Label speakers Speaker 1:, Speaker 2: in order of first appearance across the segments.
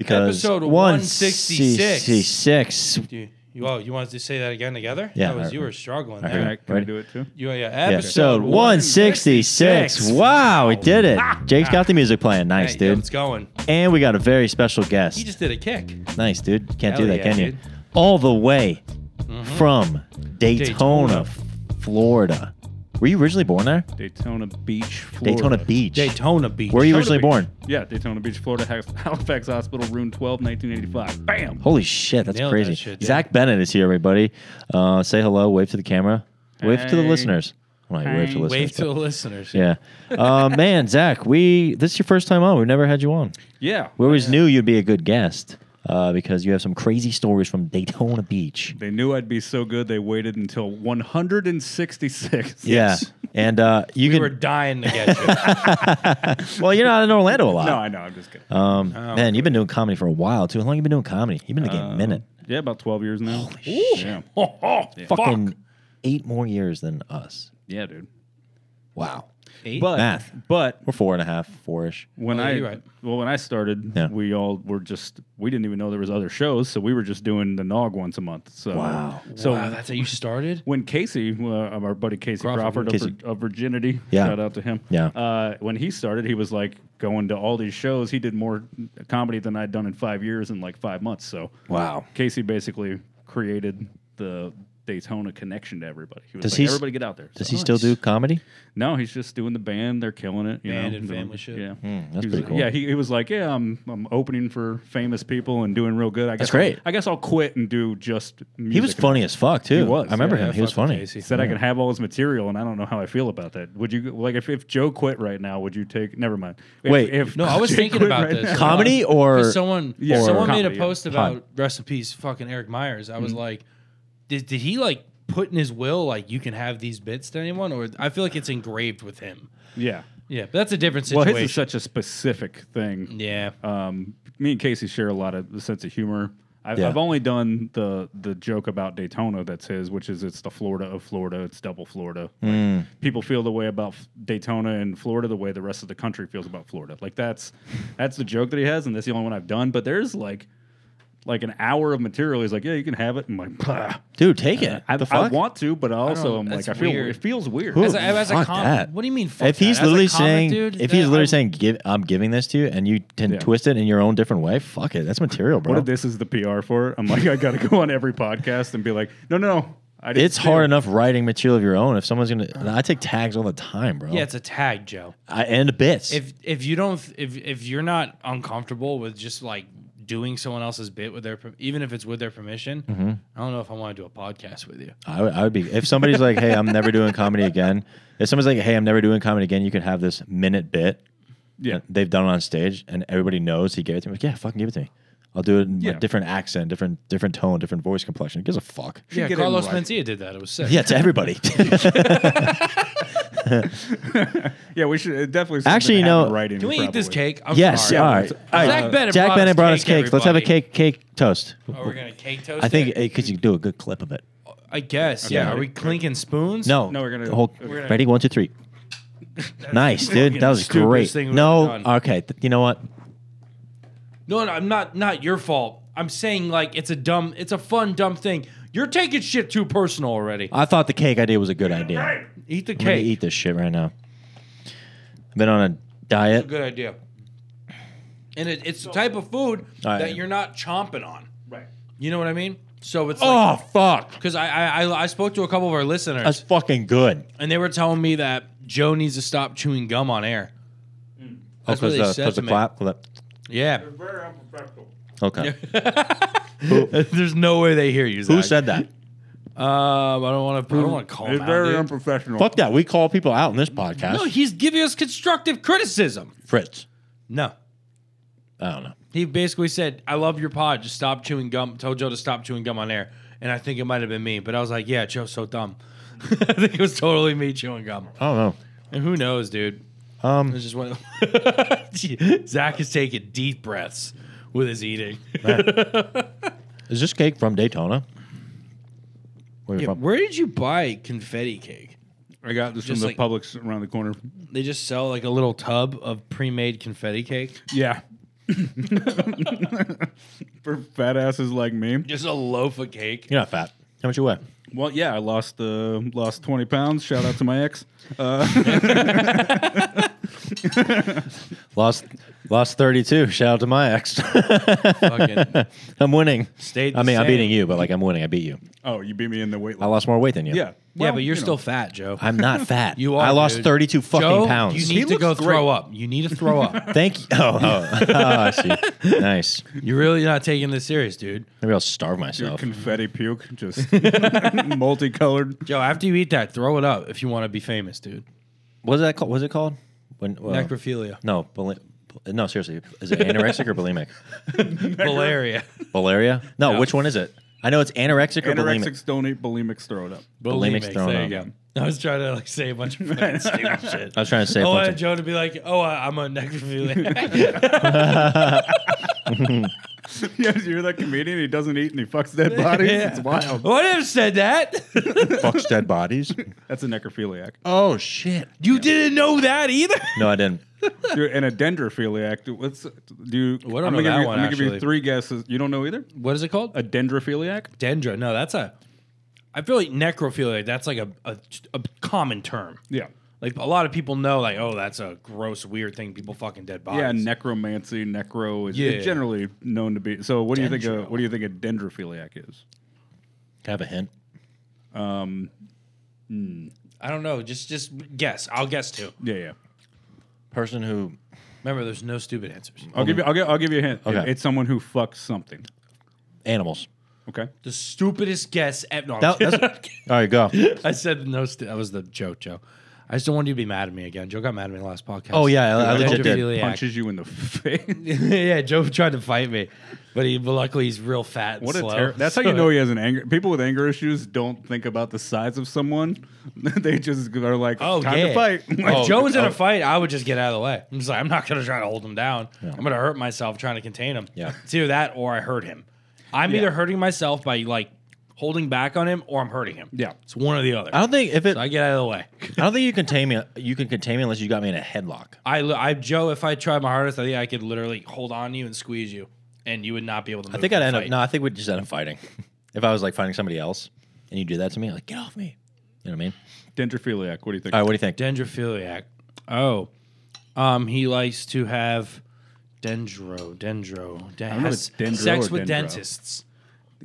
Speaker 1: because
Speaker 2: Episode
Speaker 1: 166.
Speaker 2: Do you, you, oh, you wanted to say that again together?
Speaker 1: Yeah.
Speaker 2: That was, you were struggling
Speaker 1: I
Speaker 2: there.
Speaker 1: heard.
Speaker 3: Can I do it too?
Speaker 2: You, yeah,
Speaker 1: Yeah.
Speaker 2: episode
Speaker 1: Episode 166. Wow, we did it. Jake's got the music playing. Nice,
Speaker 2: Hey,
Speaker 1: dude.
Speaker 2: It's going.
Speaker 1: And we got a very special guest.
Speaker 2: He just did a kick.
Speaker 1: Nice, dude. Can't
Speaker 2: Hell
Speaker 1: do that,
Speaker 2: yeah,
Speaker 1: can you?
Speaker 2: dude. Mm-hmm.
Speaker 1: All the way from Daytona,
Speaker 2: Daytona.
Speaker 1: Florida. Were you originally born there?
Speaker 3: Daytona Beach, Florida.
Speaker 1: Daytona Beach.
Speaker 2: Daytona Beach.
Speaker 1: Where were you
Speaker 3: Daytona
Speaker 1: originally
Speaker 3: Beach.
Speaker 1: born?
Speaker 3: Yeah, Daytona Beach, Florida, Ha- Halifax Hospital, room 12, 1985. Bam!
Speaker 1: Holy shit, that's
Speaker 2: Nailed that
Speaker 1: crazy.
Speaker 2: shit, dude.
Speaker 1: Zach Bennett is here, everybody. Uh, say hello, wave to the camera, wave to the
Speaker 3: Hey.
Speaker 1: listeners. Well, not wave to
Speaker 3: Hey.
Speaker 1: listeners.
Speaker 2: Wave to the
Speaker 1: but-
Speaker 2: listeners.
Speaker 1: yeah. Uh, man, Zach, we this is your first time on. We've never had you on.
Speaker 3: Yeah.
Speaker 1: We always knew you'd be a good guest uh, because you have some crazy stories from Daytona Beach.
Speaker 3: They knew I'd be so good, they waited until 166.
Speaker 2: Yes.
Speaker 1: Yeah, and uh, you
Speaker 2: We
Speaker 1: can.
Speaker 2: were dying to get you.
Speaker 1: well, you're not in Orlando a lot.
Speaker 3: No, I know. I'm just kidding.
Speaker 1: Um, man, you've been doing comedy for a while too. How long you been doing comedy? You've been in the game
Speaker 3: Uh,
Speaker 1: a minute.
Speaker 3: yeah, about 12 years now. Yeah.
Speaker 1: Fucking eight more years than us.
Speaker 3: yeah, dude.
Speaker 1: Wow.
Speaker 2: Eight?
Speaker 3: But,
Speaker 1: Math.
Speaker 3: but
Speaker 1: We're four and a half, four-ish.
Speaker 3: when
Speaker 2: Oh, yeah,
Speaker 3: I
Speaker 2: you're right.
Speaker 3: well when I started,
Speaker 1: Yeah.
Speaker 3: we all were just we didn't even know there was other shows, so we were just doing the nog once a month. So
Speaker 1: Wow.
Speaker 3: so
Speaker 2: wow, that's how you started?
Speaker 3: when Casey, uh, our buddy Casey
Speaker 2: Crawford.
Speaker 3: Crawford,
Speaker 1: Casey.
Speaker 3: Of, Vir- of Virginity,
Speaker 1: Yeah.
Speaker 3: shout out to him.
Speaker 1: Yeah.
Speaker 3: Uh, when he started, he was like going to all these shows. He did more comedy than I'd done in five years in like five months. So
Speaker 1: Wow.
Speaker 3: Casey basically created the Daytona connection to everybody. He was
Speaker 1: Does
Speaker 3: like,
Speaker 1: he s-
Speaker 3: everybody get out there.
Speaker 1: Does
Speaker 3: So-
Speaker 1: he still do comedy?
Speaker 3: No, he's just doing the band. They're killing it. You
Speaker 2: Band
Speaker 3: know?
Speaker 2: and
Speaker 3: Doing-
Speaker 2: family shit.
Speaker 3: Yeah.
Speaker 1: Hmm, that's
Speaker 3: He was
Speaker 1: pretty
Speaker 3: like-
Speaker 1: cool.
Speaker 3: Yeah, he, he was like, yeah, I'm I'm opening for famous people and doing real good. I guess
Speaker 1: That's great.
Speaker 3: I'll- I guess I'll quit and do just. Music
Speaker 1: He was funny as fuck too.
Speaker 3: He was,
Speaker 1: I remember
Speaker 3: yeah,
Speaker 1: him.
Speaker 2: yeah,
Speaker 1: he was
Speaker 2: fucking
Speaker 1: funny.
Speaker 2: Casey.
Speaker 3: He said I can have all his material, and I don't know how I feel about that. Would you like if, if Joe quit right now? Would you take? Never mind. If-
Speaker 1: Wait.
Speaker 3: if
Speaker 2: No, I was
Speaker 3: Jay
Speaker 2: thinking
Speaker 3: quit
Speaker 2: about
Speaker 3: right
Speaker 2: this.
Speaker 3: now-
Speaker 1: Comedy
Speaker 2: Uh, 'cause
Speaker 1: or-
Speaker 2: someone?
Speaker 3: Yeah,
Speaker 2: someone
Speaker 3: comedy,
Speaker 2: made a
Speaker 3: yeah.
Speaker 2: post about recipes. Fucking Eric Myers. I was
Speaker 1: Mm-hmm.
Speaker 2: like, did, did he like put in his will like you can have these bits to anyone, or I feel like it's engraved with him.
Speaker 3: yeah.
Speaker 2: Yeah, but that's a different
Speaker 3: Well,
Speaker 2: situation.
Speaker 3: his is such a specific thing.
Speaker 2: yeah,
Speaker 1: Oh,
Speaker 3: Um, me and Casey share a lot of the sense of humor. I've,
Speaker 1: Yeah.
Speaker 3: I've only done the the joke about Daytona that's his, which is it's the Florida of Florida. It's double Florida. Like,
Speaker 1: Mm.
Speaker 3: people feel the way about F- Daytona and Florida the way the rest of the country feels about Florida. Like that's that's the joke that he has, and that's the only one I've done. But there's like like an hour of material. He's like, yeah, you can have it. I'm like, bah.
Speaker 1: Dude, take it.
Speaker 3: I,
Speaker 1: the
Speaker 3: I
Speaker 1: fuck?
Speaker 3: want to, but I also am
Speaker 2: don't-
Speaker 3: like,
Speaker 2: that's
Speaker 3: I feel
Speaker 2: weird.
Speaker 3: it feels weird.
Speaker 1: Who-
Speaker 2: as a, as a
Speaker 1: fuck
Speaker 2: comic-
Speaker 1: that.
Speaker 2: What do you mean? Fuck
Speaker 1: if he's
Speaker 2: that? As a
Speaker 1: literally
Speaker 2: comic,
Speaker 1: saying,
Speaker 2: dude,
Speaker 1: if
Speaker 2: that-
Speaker 1: he's literally
Speaker 2: I'm-
Speaker 1: saying, "Give, I'm giving this to you," and you can
Speaker 3: Yeah.
Speaker 1: twist it in your own different way, fuck it. That's material, bro.
Speaker 3: What if this is the PR for it? I'm like, I got to go on every podcast and be like, no, no, no. I didn't
Speaker 1: it's
Speaker 3: do
Speaker 1: hard
Speaker 3: it."
Speaker 1: enough writing material of your own. If someone's gonna, I take tags all the time, bro.
Speaker 2: yeah, it's a tag, Joe.
Speaker 1: I and bits.
Speaker 2: If if you don't if if you're not uncomfortable with just like doing someone else's bit with their per- even if it's with their permission,
Speaker 1: Mm-hmm.
Speaker 2: I don't know if I want to do a podcast with you.
Speaker 1: I would, I would be. If somebody's like, "Hey, I'm never doing comedy again," if someone's like, "Hey, I'm never doing comedy again," you can have this minute bit.
Speaker 3: Yeah.
Speaker 1: that they've done it on stage, and everybody knows he gave it to me. Like, yeah, fucking give it to me. I'll do it in
Speaker 3: Yeah.
Speaker 1: a different accent, different different tone, different voice complexion. Who gives a fuck?
Speaker 2: Yeah,
Speaker 3: get it
Speaker 2: Carlos
Speaker 3: right.
Speaker 2: Mencia did that. It was sick.
Speaker 1: Yeah, to everybody.
Speaker 3: Yeah, we should it definitely. something
Speaker 1: Actually,
Speaker 3: that
Speaker 1: you
Speaker 3: happened
Speaker 1: know-
Speaker 3: writing.
Speaker 2: Can we eat this
Speaker 3: probably.
Speaker 2: cake? I'm
Speaker 1: yes,
Speaker 2: sorry.
Speaker 1: all right.
Speaker 2: Zach
Speaker 1: All right.
Speaker 2: Bennett
Speaker 1: Jack
Speaker 2: brought
Speaker 1: Bennett
Speaker 2: us
Speaker 1: brought
Speaker 2: cake,
Speaker 1: us cakes. Let's have a
Speaker 2: everybody.
Speaker 1: cake cake toast.
Speaker 2: Oh, we're gonna cake toast.
Speaker 1: I think
Speaker 2: it?
Speaker 1: because you can do a good clip of it.
Speaker 2: I guess. Yeah. Are we clinking spoons?
Speaker 1: No,
Speaker 3: No, we're gonna-
Speaker 1: hold.
Speaker 3: we're
Speaker 2: gonna-
Speaker 1: ready, one, two, three. nice, dude. That was
Speaker 2: stupidest
Speaker 1: great.
Speaker 2: thing we've
Speaker 1: No,
Speaker 2: ever done.
Speaker 1: okay. th- you know what?
Speaker 2: No, no, I'm not. Not your fault. I'm saying like it's a dumb. It's a fun dumb thing. You're taking shit too personal already.
Speaker 1: I thought the cake idea was a good idea. I'm
Speaker 2: Eat the
Speaker 1: gonna
Speaker 2: cake.
Speaker 1: eat this shit right now. I've been on a diet.
Speaker 2: Good idea. And it, it's the type of food
Speaker 1: Alright.
Speaker 2: that you're not chomping on.
Speaker 3: Right.
Speaker 2: You know what I mean? So it's
Speaker 1: Oh
Speaker 2: like
Speaker 1: fuck!
Speaker 2: because I, I I I spoke to a couple of our listeners
Speaker 1: That's fucking good. Oh,
Speaker 2: and they were telling me that Joe needs to stop chewing gum on air.
Speaker 1: Oh,
Speaker 2: That's what
Speaker 1: Close
Speaker 2: they
Speaker 1: the-
Speaker 2: said
Speaker 1: close
Speaker 2: to
Speaker 1: the uh,
Speaker 2: me.
Speaker 1: clap. Flip.
Speaker 2: Yeah,
Speaker 3: Very unprofessional.
Speaker 1: Okay.
Speaker 2: there's no way they hear you.
Speaker 1: Who
Speaker 2: Zach.
Speaker 1: said that?
Speaker 2: Um, I don't want to. I don't want to call him
Speaker 3: It's
Speaker 2: out.
Speaker 3: very
Speaker 2: dude.
Speaker 3: unprofessional.
Speaker 1: Fuck that. We call people out in this podcast.
Speaker 2: no, he's giving us constructive criticism.
Speaker 1: Fritz.
Speaker 2: No,
Speaker 1: I don't know.
Speaker 2: he basically said, "I love your pod. Just stop chewing gum." Told Joe to stop chewing gum on air, and I think it might have been me, but I was like, "Yeah, Joe's so dumb." I think it was totally me chewing gum.
Speaker 1: I don't know.
Speaker 2: And who knows, dude?
Speaker 1: Um,
Speaker 2: It's just one. Of Zach is taking deep breaths with his eating.
Speaker 1: Is this cake from Daytona? Where are you
Speaker 2: Yeah,
Speaker 1: from?
Speaker 2: where did you buy confetti cake?
Speaker 3: I got this from
Speaker 2: Just
Speaker 3: the
Speaker 2: like-
Speaker 3: Publix around the corner.
Speaker 2: They just sell like a little tub of pre-made confetti cake.
Speaker 3: Yeah. for fat asses like me.
Speaker 2: Just a loaf of cake.
Speaker 1: You're not fat. How much you weigh?
Speaker 3: Well, yeah, I lost uh, lost twenty pounds. Shout out to my ex.
Speaker 1: Lost lost 32. Shout out to my ex.
Speaker 2: Fucking
Speaker 1: I'm winning.
Speaker 2: stayed. the
Speaker 1: I mean, I'm
Speaker 2: same.
Speaker 1: beating you, but like I'm winning. I beat you.
Speaker 3: Oh, you beat me in the weight.
Speaker 1: I
Speaker 3: Loss.
Speaker 1: lost more weight than you.
Speaker 3: Yeah,
Speaker 2: yeah,
Speaker 3: well,
Speaker 2: but you're
Speaker 3: you know.
Speaker 2: still fat, Joe.
Speaker 1: I'm not fat.
Speaker 2: You are.
Speaker 1: I lost
Speaker 2: dude.
Speaker 1: 32 fucking
Speaker 2: Joe,
Speaker 1: pounds.
Speaker 2: You need to
Speaker 3: looks
Speaker 2: go
Speaker 3: great.
Speaker 2: throw up. You need to throw up.
Speaker 1: Thank you. Oh, oh, oh I see. Nice.
Speaker 2: You're really not taking this serious, dude.
Speaker 1: Maybe I'll starve
Speaker 3: Your
Speaker 1: myself.
Speaker 3: confetti puke, just multicolored.
Speaker 2: Joe, after you eat that, throw it up if you want to be famous, dude.
Speaker 1: What is that called? What's it called? When well,
Speaker 2: Necrophilia.
Speaker 1: No, bul- bul- no, seriously. Is it anorexic or bulimic?
Speaker 2: Valeria.
Speaker 1: Valeria? No, which one is it? I know it's anorexic, or bulimic.
Speaker 3: Anorexics don't eat, bulimics throw it up.
Speaker 1: Bulimics thrown
Speaker 2: There
Speaker 1: up.
Speaker 2: you go. I was trying to like say a bunch of fucking stupid shit.
Speaker 1: I was trying to say
Speaker 2: I
Speaker 1: bunch
Speaker 2: wanted
Speaker 1: of-
Speaker 2: Joe to be like, "Oh, I- I'm a necrophiliac."
Speaker 3: yeah, you're that comedian. He doesn't eat and he fucks dead bodies. It's wild.
Speaker 2: what if said that?
Speaker 1: fucks dead bodies.
Speaker 3: That's a necrophiliac.
Speaker 1: Oh shit!
Speaker 2: You didn't know that either.
Speaker 1: No, I didn't.
Speaker 3: Dude, and a dendrophiliac. Dude, what's do you?
Speaker 2: Well, I don't know
Speaker 3: I'm gonna give
Speaker 2: that
Speaker 3: you-
Speaker 2: one,
Speaker 3: I'm gonna give
Speaker 2: actually.
Speaker 3: you three guesses. You don't know either.
Speaker 2: What is it called?
Speaker 3: A dendrophiliac.
Speaker 2: dendro. No, that's a. I feel like necrophilia. That's like a a, a common term.
Speaker 3: Yeah.
Speaker 2: Like a lot of people know, like, oh, that's a gross, weird thing. People fucking dead bodies.
Speaker 3: Yeah, necromancy, necro is
Speaker 2: Yeah.
Speaker 3: generally known to be. So, what do you think? A,
Speaker 2: Dendro.
Speaker 3: what do you think a dendrophiliac is?
Speaker 1: Can I have a hint?
Speaker 2: I don't know. Just just guess. I'll guess too.
Speaker 3: Yeah, yeah.
Speaker 1: Person who
Speaker 2: Remember, there's no stupid answers.
Speaker 3: I'll give you. I'll give. I'll give you a hint.
Speaker 1: Okay.
Speaker 3: It's someone who fucks something.
Speaker 1: animals.
Speaker 3: Okay.
Speaker 2: The stupidest guess ever. No, I'm
Speaker 1: That-
Speaker 2: kidding.
Speaker 1: that's- All right, go.
Speaker 2: I said no. St- that was the joke, Joe. I just don't want you to be mad at me again. Joe got mad at me last podcast.
Speaker 1: Oh yeah, I, I legit did.
Speaker 2: Necrophiliac.
Speaker 3: Punches you in the face.
Speaker 2: yeah, Joe tried to fight me, but he but luckily he's real fat. And
Speaker 3: What a
Speaker 2: slow.
Speaker 3: terror! That's how you know he has an anger. People with anger issues don't think about the size of someone. they just are like,
Speaker 2: Oh
Speaker 3: time
Speaker 2: yeah,
Speaker 3: to fight. oh.
Speaker 2: If Joe was in a fight, I would just get out of the way. I'm just like, I'm not gonna try to hold him down. I'm gonna hurt myself trying to contain him.
Speaker 1: Yeah.
Speaker 2: it's either that or I hurt him. I'm either hurting myself by like holding back on him, or I'm hurting him.
Speaker 3: Yeah.
Speaker 2: it's one or the other.
Speaker 1: I don't think if it.
Speaker 2: So
Speaker 1: I
Speaker 2: I get out of the way.
Speaker 1: don't think you can tame me. You can contain me unless you got me in a headlock.
Speaker 2: I, li- I Joe, if I tried my hardest, I think I could literally hold on to you and squeeze you, and you would not be able to. Move
Speaker 1: I think I'd
Speaker 2: and
Speaker 1: end up.
Speaker 2: fight.
Speaker 1: No, I think we'd just end up fighting. if I was like fighting somebody else, and you do that to me, like get off me. You know what I mean?
Speaker 3: oh, dendrophiliac. What do you think?
Speaker 1: All right, what do you think?
Speaker 2: Dendrophiliac. Oh, um, he likes to have dendro, dendro, den-
Speaker 3: know
Speaker 2: has
Speaker 3: if it's dendro
Speaker 2: sex
Speaker 3: or
Speaker 2: with
Speaker 3: dendro.
Speaker 2: dentists.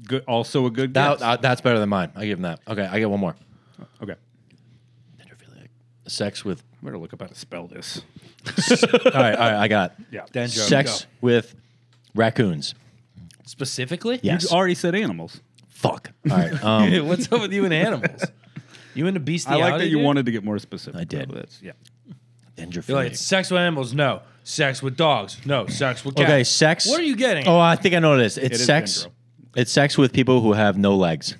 Speaker 3: Good, also a good
Speaker 1: That,
Speaker 3: guess.
Speaker 1: uh, that's better than mine. I give him that. Okay, I get one more.
Speaker 3: okay.
Speaker 1: Dendrophiliac. Sex with.
Speaker 3: I better look up how to spell this.
Speaker 1: all right, all right, I got. it.
Speaker 3: Yeah.
Speaker 2: Dendro.
Speaker 1: Sex with raccoons.
Speaker 2: Go. specifically.
Speaker 1: Yes.
Speaker 3: You already said animals.
Speaker 1: Fuck. All right. Um,
Speaker 2: What's up with you and animals? You into
Speaker 3: I
Speaker 2: bestiality?
Speaker 3: like that you
Speaker 2: dude?
Speaker 3: wanted to get more specific.
Speaker 1: I did.
Speaker 3: though. That's, yeah.
Speaker 1: dendrophiliac.
Speaker 2: You're like sex with animals? No. Sex with dogs? No. Sex with cats?
Speaker 1: okay, sex.
Speaker 2: What are you getting?
Speaker 1: Oh, I think I know what it is. It's
Speaker 3: is
Speaker 1: sex.
Speaker 3: dendro.
Speaker 1: It's sex with people who have no legs.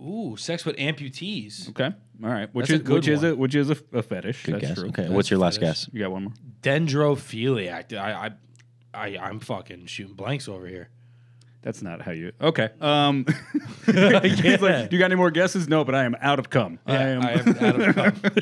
Speaker 2: Ooh, sex with amputees.
Speaker 3: Okay. All right. Which
Speaker 2: That's a
Speaker 3: is
Speaker 2: good
Speaker 3: which is
Speaker 2: one.
Speaker 3: a which is a, a fetish.
Speaker 1: Good
Speaker 3: That's
Speaker 1: guess.
Speaker 3: true.
Speaker 1: Okay, what's your last guess?
Speaker 3: You got one more.
Speaker 2: Dendrophiliac. Dude, I, I, I, I'm fucking shooting blanks over here.
Speaker 3: That's not how you. Okay. Um. he's like, you got any more guesses? No, but I am out of cum. I am.
Speaker 2: I am out of cup.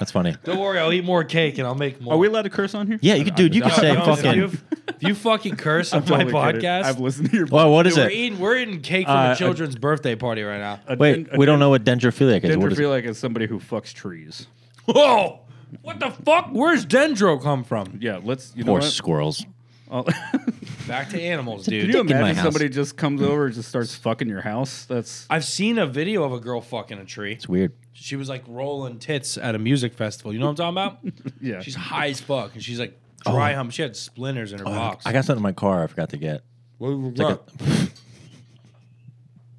Speaker 1: That's funny.
Speaker 2: Don't worry, I'll eat more cake and I'll make more.
Speaker 3: Are we allowed to curse on here?
Speaker 1: Yeah, you could, dude. You could
Speaker 2: No,
Speaker 1: say
Speaker 2: no, no,
Speaker 1: fucking.
Speaker 2: If you, if you fucking curse on
Speaker 3: Totally
Speaker 2: my
Speaker 3: kidding.
Speaker 2: podcast,
Speaker 3: I've listened to your.
Speaker 1: Well, what is
Speaker 2: we're,
Speaker 1: it?
Speaker 2: eating, we're eating cake from
Speaker 3: Uh,
Speaker 2: a children's birthday party right now.
Speaker 3: a
Speaker 1: Wait,
Speaker 3: den- a
Speaker 1: we don't know what dendrophiliac is. What is it?
Speaker 3: Dendrophiliac is somebody who fucks trees.
Speaker 2: Whoa! What the fuck? Where's dendro come from?
Speaker 3: Yeah, let's. You know
Speaker 1: Or
Speaker 3: what?
Speaker 1: squirrels.
Speaker 3: I'll-
Speaker 2: Back to animals,
Speaker 3: Can
Speaker 2: dude.
Speaker 3: you
Speaker 1: dick in my
Speaker 3: imagine
Speaker 1: house.
Speaker 3: somebody just comes over and just starts fucking your house? That's
Speaker 2: I've seen a video of a girl fucking a tree.
Speaker 1: It's weird.
Speaker 2: She was like rolling tits at a music festival. You know what I'm talking about?
Speaker 3: yeah.
Speaker 2: She's high as fuck and she's like dry hump. She had splinters in her box.
Speaker 1: Oh. I got something in my car I forgot to get.
Speaker 2: got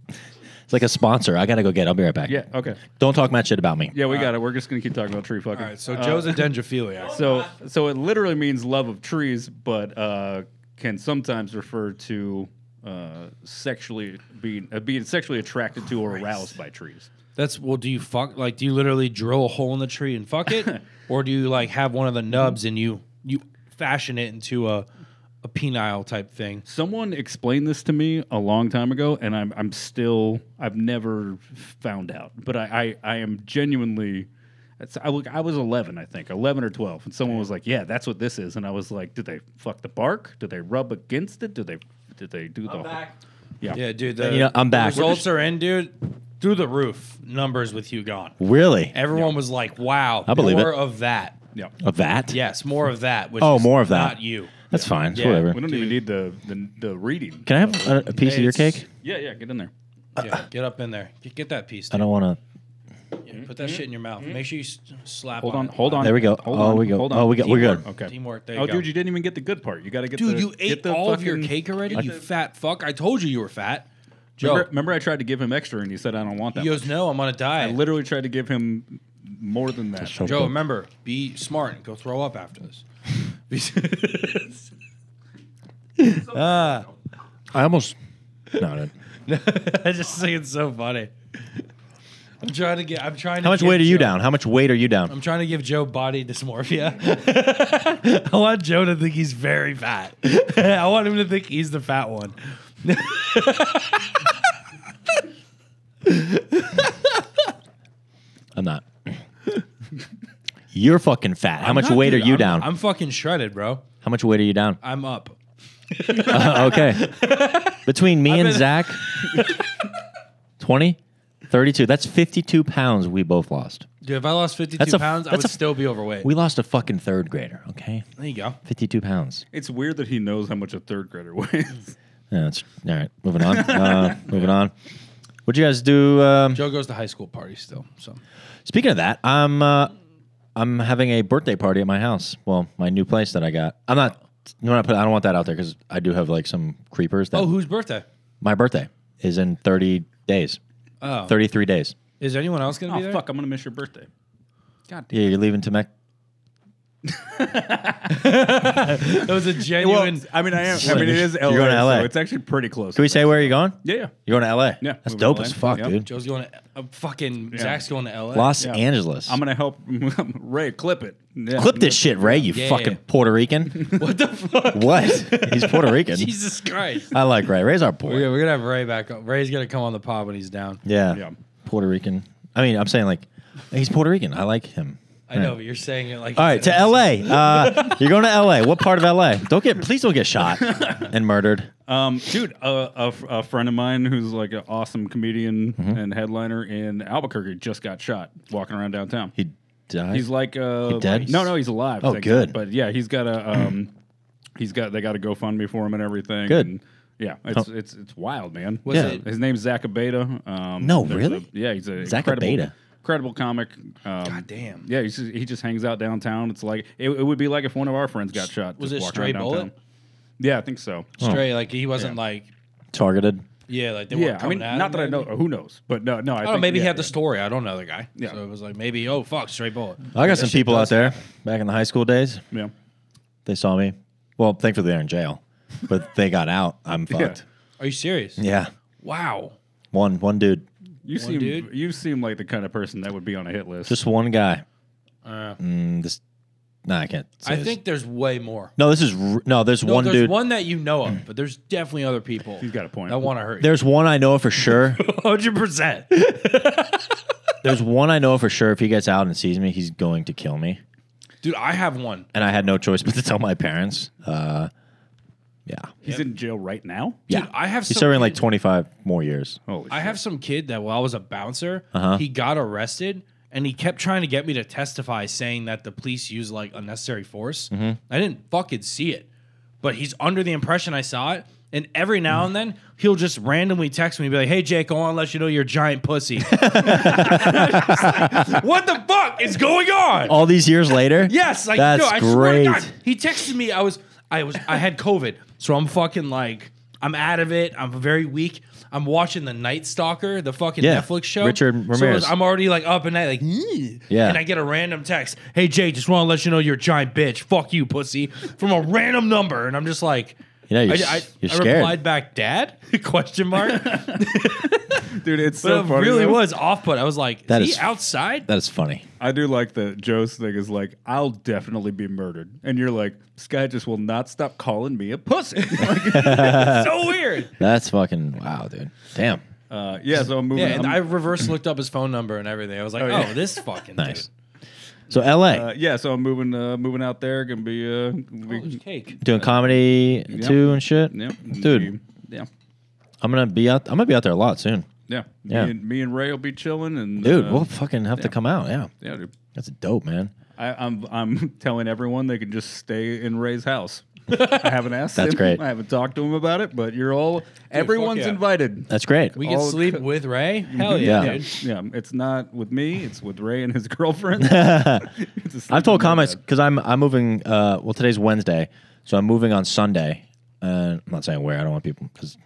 Speaker 1: It's like a sponsor. I gotta go get. it. I'll be right back.
Speaker 3: yeah. Okay.
Speaker 1: Don't talk mad shit about me.
Speaker 3: Yeah, we got it. We're just gonna keep talking about tree fucking.
Speaker 2: Uh,
Speaker 3: Uh,
Speaker 2: All right, so
Speaker 1: Uh,
Speaker 2: Joe's a dendrophiliac.
Speaker 3: So, so it literally means love of trees, but uh, can sometimes refer to uh, sexually being uh, being sexually attracted to or aroused by trees.
Speaker 2: That's well. Do you fuck like? Do you literally drill a hole in the tree and fuck it, or do you like have one of the nubs and you you fashion it into a a penile type thing?
Speaker 3: Someone explained this to me a long time ago, and I'm I'm still I've never found out, but I I, I am genuinely. That's, I, look, I was 11, I think, 11 or 12, and someone was like, "Yeah, that's what this is," and I was like, "Did they fuck the bark? Did they rub against it? Did they did they do the?" whole-" Yeah.
Speaker 2: Yeah, dude. The,
Speaker 1: You know, I'm back.
Speaker 2: The results are in, dude. Through the roof. Numbers with you gone.
Speaker 1: Really?
Speaker 2: Everyone was like, "Wow,
Speaker 1: I believe
Speaker 2: more
Speaker 1: it.
Speaker 2: of that."
Speaker 3: yeah.
Speaker 1: Of that?
Speaker 2: Yes, more of that. Which
Speaker 1: Oh,
Speaker 2: is
Speaker 1: more of that.
Speaker 2: Not you.
Speaker 1: That's fine. It's
Speaker 2: Yeah.
Speaker 1: whatever.
Speaker 3: We don't even need the the, the reading.
Speaker 1: Can I have a, a piece of your
Speaker 2: It's-
Speaker 1: cake?
Speaker 3: Yeah, yeah, get in there.
Speaker 2: Yeah, get up in there. Get, get that piece.
Speaker 1: I
Speaker 2: Dude.
Speaker 1: don't want to.
Speaker 2: Yeah, Put that shit in your mouth. Make sure you s- slap.
Speaker 3: Mm-hmm. Hold
Speaker 2: on
Speaker 3: on,
Speaker 2: it.
Speaker 3: hold on.
Speaker 1: There we go.
Speaker 3: Hold
Speaker 1: Oh,
Speaker 3: on,
Speaker 1: we go.
Speaker 3: Hold on.
Speaker 1: Oh, we got- we're good.
Speaker 3: Okay.
Speaker 2: Teamwork, there you
Speaker 3: Oh,
Speaker 2: go.
Speaker 3: dude, you didn't even get the good part. You got to get
Speaker 2: Dude,
Speaker 3: the
Speaker 2: you
Speaker 3: get
Speaker 2: ate
Speaker 3: the
Speaker 2: all of your
Speaker 3: fucking-
Speaker 2: cake already.
Speaker 3: I-
Speaker 2: you fat fuck! I told you you were fat. Joe,
Speaker 3: Remember, remember I tried to give him extra and he said I don't want that.
Speaker 2: he goes, "No, I'm on a
Speaker 3: I
Speaker 2: diet."
Speaker 3: literally tried to give him more than that.
Speaker 1: so-
Speaker 2: Joe, remember, be smart and go throw up after this.
Speaker 1: I almost. No, I didn't.
Speaker 2: I just think it's so funny. I'm trying to get. I'm trying.
Speaker 1: How much weight are you down? How much weight are you down?
Speaker 2: I'm trying to give Joe body dysmorphia. I want Joe to think he's very fat. I want him to think he's the fat one.
Speaker 1: I'm not. You're fucking fat. How much weight are you down?
Speaker 2: I'm fucking shredded, bro.
Speaker 1: How much weight are you down?
Speaker 2: I'm up.
Speaker 1: Uh, okay. Between me and
Speaker 2: been-
Speaker 1: Zach, 20, 32. That's 52 pounds we both lost.
Speaker 2: Dude, if I lost 52
Speaker 1: That's a-
Speaker 2: pounds, I
Speaker 1: that's
Speaker 2: would
Speaker 1: a-
Speaker 2: still be overweight.
Speaker 1: We lost a fucking third grader, okay?
Speaker 2: there you go.
Speaker 1: 52 pounds.
Speaker 3: It's weird that he knows how much a third grader weighs.
Speaker 1: Yeah, that's, all right, moving on. Uh, moving on. What'd you guys do? Um,
Speaker 2: Joe goes to high school parties still. So
Speaker 1: Speaking of that, I'm uh, I'm having a birthday party at my house. Well, my new place that I got. I'm not. You want to put? I don't want that out there because I do have like some creepers. That
Speaker 2: Oh, whose birthday?
Speaker 1: my birthday is in 30 days.
Speaker 2: Oh.
Speaker 1: 33 days.
Speaker 2: Is anyone else gonna be
Speaker 3: oh
Speaker 2: there?
Speaker 3: fuck, I'm gonna miss your birthday. God damn.
Speaker 1: Yeah, you're leaving Temec.
Speaker 2: That was a
Speaker 3: Well,
Speaker 2: genuine
Speaker 3: I mean, I am. I mean, it is LA,
Speaker 1: You're going to LA.
Speaker 3: so it's actually pretty close.
Speaker 1: Can we say where you're going?
Speaker 3: Yeah, yeah.
Speaker 1: You're going to LA.
Speaker 3: Yeah,
Speaker 1: that's
Speaker 3: moving
Speaker 1: dope
Speaker 3: to
Speaker 1: as
Speaker 3: LA.
Speaker 1: fuck,
Speaker 3: Yep.
Speaker 1: dude.
Speaker 2: Joe's going to uh, fucking Zach's going to LA.
Speaker 1: Los
Speaker 3: Yeah.
Speaker 1: Angeles.
Speaker 3: I'm gonna help Ray clip it. Yeah.
Speaker 1: Clip this shit, Ray. You
Speaker 2: Yeah.
Speaker 1: fucking Puerto Rican.
Speaker 2: What the fuck?
Speaker 1: what? He's Puerto Rican.
Speaker 2: Jesus Christ.
Speaker 1: I like Ray. Ray's our
Speaker 2: Yeah,
Speaker 1: boy.
Speaker 2: we're gonna have Ray back up. Ray's gonna come on the pod when he's down.
Speaker 1: Yeah.
Speaker 3: Yeah.
Speaker 1: Puerto Rican. I mean, I'm saying like, he's Puerto Rican. I like him.
Speaker 2: I know, but you're saying it like
Speaker 1: All right, to LA. Uh, you're going to LA. What part of LA? Don't get, please don't get shot and murdered.
Speaker 3: Um, dude, a, a f- a friend of mine who's like an awesome comedian
Speaker 1: Mm-hmm.
Speaker 3: and headliner in Albuquerque just got shot walking around downtown.
Speaker 1: He died.
Speaker 3: He's like uh,
Speaker 1: dead?
Speaker 3: No, no, he's alive.
Speaker 1: Oh,
Speaker 3: thank
Speaker 1: good.
Speaker 3: God. But yeah, he's got a um, he's got they got a GoFundMe for him and everything.
Speaker 1: Good. Oh.
Speaker 3: And yeah, it's it's it's wild, man.
Speaker 2: Was
Speaker 1: Yeah.
Speaker 2: it-
Speaker 3: His name's Zach Abeda. Um,
Speaker 1: No,
Speaker 3: there's
Speaker 1: really?
Speaker 3: a- yeah, he's a
Speaker 1: Zach
Speaker 3: incredible,
Speaker 1: Abeda.
Speaker 3: incredible comic. Um,
Speaker 2: God damn.
Speaker 3: Yeah, he's just, he just hangs out downtown. It's like it, it would be like if one of our friends got shot.
Speaker 2: Was it
Speaker 3: just
Speaker 2: a
Speaker 3: walking around
Speaker 2: stray bullet?
Speaker 3: downtown. Yeah, I think so.
Speaker 1: Oh.
Speaker 2: Stray, like he wasn't
Speaker 3: Yeah.
Speaker 2: like
Speaker 1: targeted.
Speaker 2: yeah, like they
Speaker 3: Yeah,
Speaker 2: weren't
Speaker 3: I mean,
Speaker 2: coming at
Speaker 3: not
Speaker 2: him,
Speaker 3: that I know.
Speaker 2: maybe.
Speaker 3: Who knows? But no, no.
Speaker 2: I don't
Speaker 3: I think,
Speaker 2: know, maybe
Speaker 3: yeah,
Speaker 2: he had the
Speaker 3: yeah.
Speaker 2: story. I don't know the guy.
Speaker 3: Yeah.
Speaker 2: So it was like maybe, oh fuck, straight bullet.
Speaker 1: I got some people out there back in the high school days.
Speaker 3: Yeah.
Speaker 1: They saw me. Well, thankfully they're in jail, but they got out. I'm fucked.
Speaker 2: Are you serious?
Speaker 1: Yeah.
Speaker 2: Wow.
Speaker 1: One, one dude,
Speaker 3: You seem
Speaker 2: dude.
Speaker 3: you seem like the kind of person that would be on a hit list.
Speaker 1: just one guy.
Speaker 2: Uh,
Speaker 1: Mm, this, nah, I can't. Say
Speaker 2: I
Speaker 1: this.
Speaker 2: think there's way more.
Speaker 1: No, this is r- no. There's
Speaker 2: No,
Speaker 1: one
Speaker 2: there's
Speaker 1: dude.
Speaker 2: one that you know of, but there's definitely other people.
Speaker 3: He's got a point.
Speaker 2: I want to hurt you.
Speaker 1: There's one I know for sure.
Speaker 2: Hundred percent.
Speaker 1: there's one I know for sure. If he gets out and sees me, he's going to kill me.
Speaker 2: Dude, I have one.
Speaker 1: And I had no choice but to tell my parents. Uh, yeah.
Speaker 3: He's in jail right now.
Speaker 2: Dude,
Speaker 1: Yeah.
Speaker 2: I have
Speaker 1: He's
Speaker 2: some
Speaker 1: serving like
Speaker 2: kid-
Speaker 1: 25 more years.
Speaker 3: Holy
Speaker 2: I
Speaker 3: shit.
Speaker 2: have some kid that while I was a bouncer, he got arrested and he kept trying to get me to testify saying that the police used like unnecessary force. I didn't fucking see it. But he's under the impression I saw it. And every now and then he'll just randomly text me and be like, Hey Jake, I wanna let you know you're a giant pussy. what the fuck is going on?
Speaker 1: All these years later?
Speaker 2: Yes, like
Speaker 1: That's
Speaker 2: no, I
Speaker 1: great.
Speaker 2: swear to God, he texted me. I was, I was, I had COVID, so I'm fucking like, I'm out of it. I'm very weak. I'm watching the Night Stalker, the fucking
Speaker 1: Yeah,
Speaker 2: Netflix show.
Speaker 1: Richard
Speaker 2: So it
Speaker 1: Ramirez.
Speaker 2: I'm already like up at night, like, "Mm."
Speaker 1: Yeah.
Speaker 2: And I get a random text, "Hey Jay, just want to let you know you're a giant bitch. Fuck you, pussy," from a random number, and I'm just like.
Speaker 1: You know, you're,
Speaker 2: I, I,
Speaker 1: s- you're
Speaker 2: I
Speaker 1: scared.
Speaker 2: replied back, "Dad?" Question mark. but
Speaker 3: dude. It's so
Speaker 2: it
Speaker 3: funny.
Speaker 2: really
Speaker 3: though.
Speaker 2: was off put. I was like,
Speaker 1: That
Speaker 2: "Is he
Speaker 1: is-
Speaker 2: outside?"
Speaker 1: That is funny.
Speaker 3: I do like the Joe's thing is like, I'll definitely be murdered, and you're like, this guy just will not stop calling me a pussy.
Speaker 2: so weird.
Speaker 1: That's fucking wow, dude. Damn.
Speaker 3: uh, yeah, so I'm moving.
Speaker 2: Yeah, and
Speaker 3: I'm-
Speaker 2: I reverse looked up his phone number and everything. I was like, oh,
Speaker 3: yeah.
Speaker 2: this fucking
Speaker 1: Nice.
Speaker 2: dude.
Speaker 1: So L.A.
Speaker 3: Uh, yeah, so I'm moving uh, moving out there. Gonna be uh, we-
Speaker 2: There's cake.
Speaker 1: doing comedy too and shit.
Speaker 3: yep,
Speaker 1: Dude,
Speaker 3: Yeah,
Speaker 1: I'm gonna be out. I'm gonna be out there a lot soon.
Speaker 3: yeah,
Speaker 1: Yeah.
Speaker 3: Me and, me and Ray will be chilling, and
Speaker 1: Dude,
Speaker 3: uh,
Speaker 1: we'll fucking have to come out. Yeah,
Speaker 3: yeah, dude.
Speaker 1: that's dope, man.
Speaker 3: I, I'm I'm telling everyone they can just stay in Ray's house. I haven't asked.
Speaker 1: That's
Speaker 3: him.
Speaker 1: great.
Speaker 3: I haven't talked to him about it, but you're all everyone's
Speaker 2: yeah.
Speaker 3: invited.
Speaker 1: That's great.
Speaker 2: We can
Speaker 3: All
Speaker 2: sleep with Ray. Hell yeah,
Speaker 1: Yeah.
Speaker 2: dude.
Speaker 3: Yeah, it's not with me. It's with Ray and his girlfriend.
Speaker 1: I've told comics because I'm I'm moving. Uh, well, today's Wednesday, so I'm moving on Sunday. Uh, I'm not saying where. I don't want people because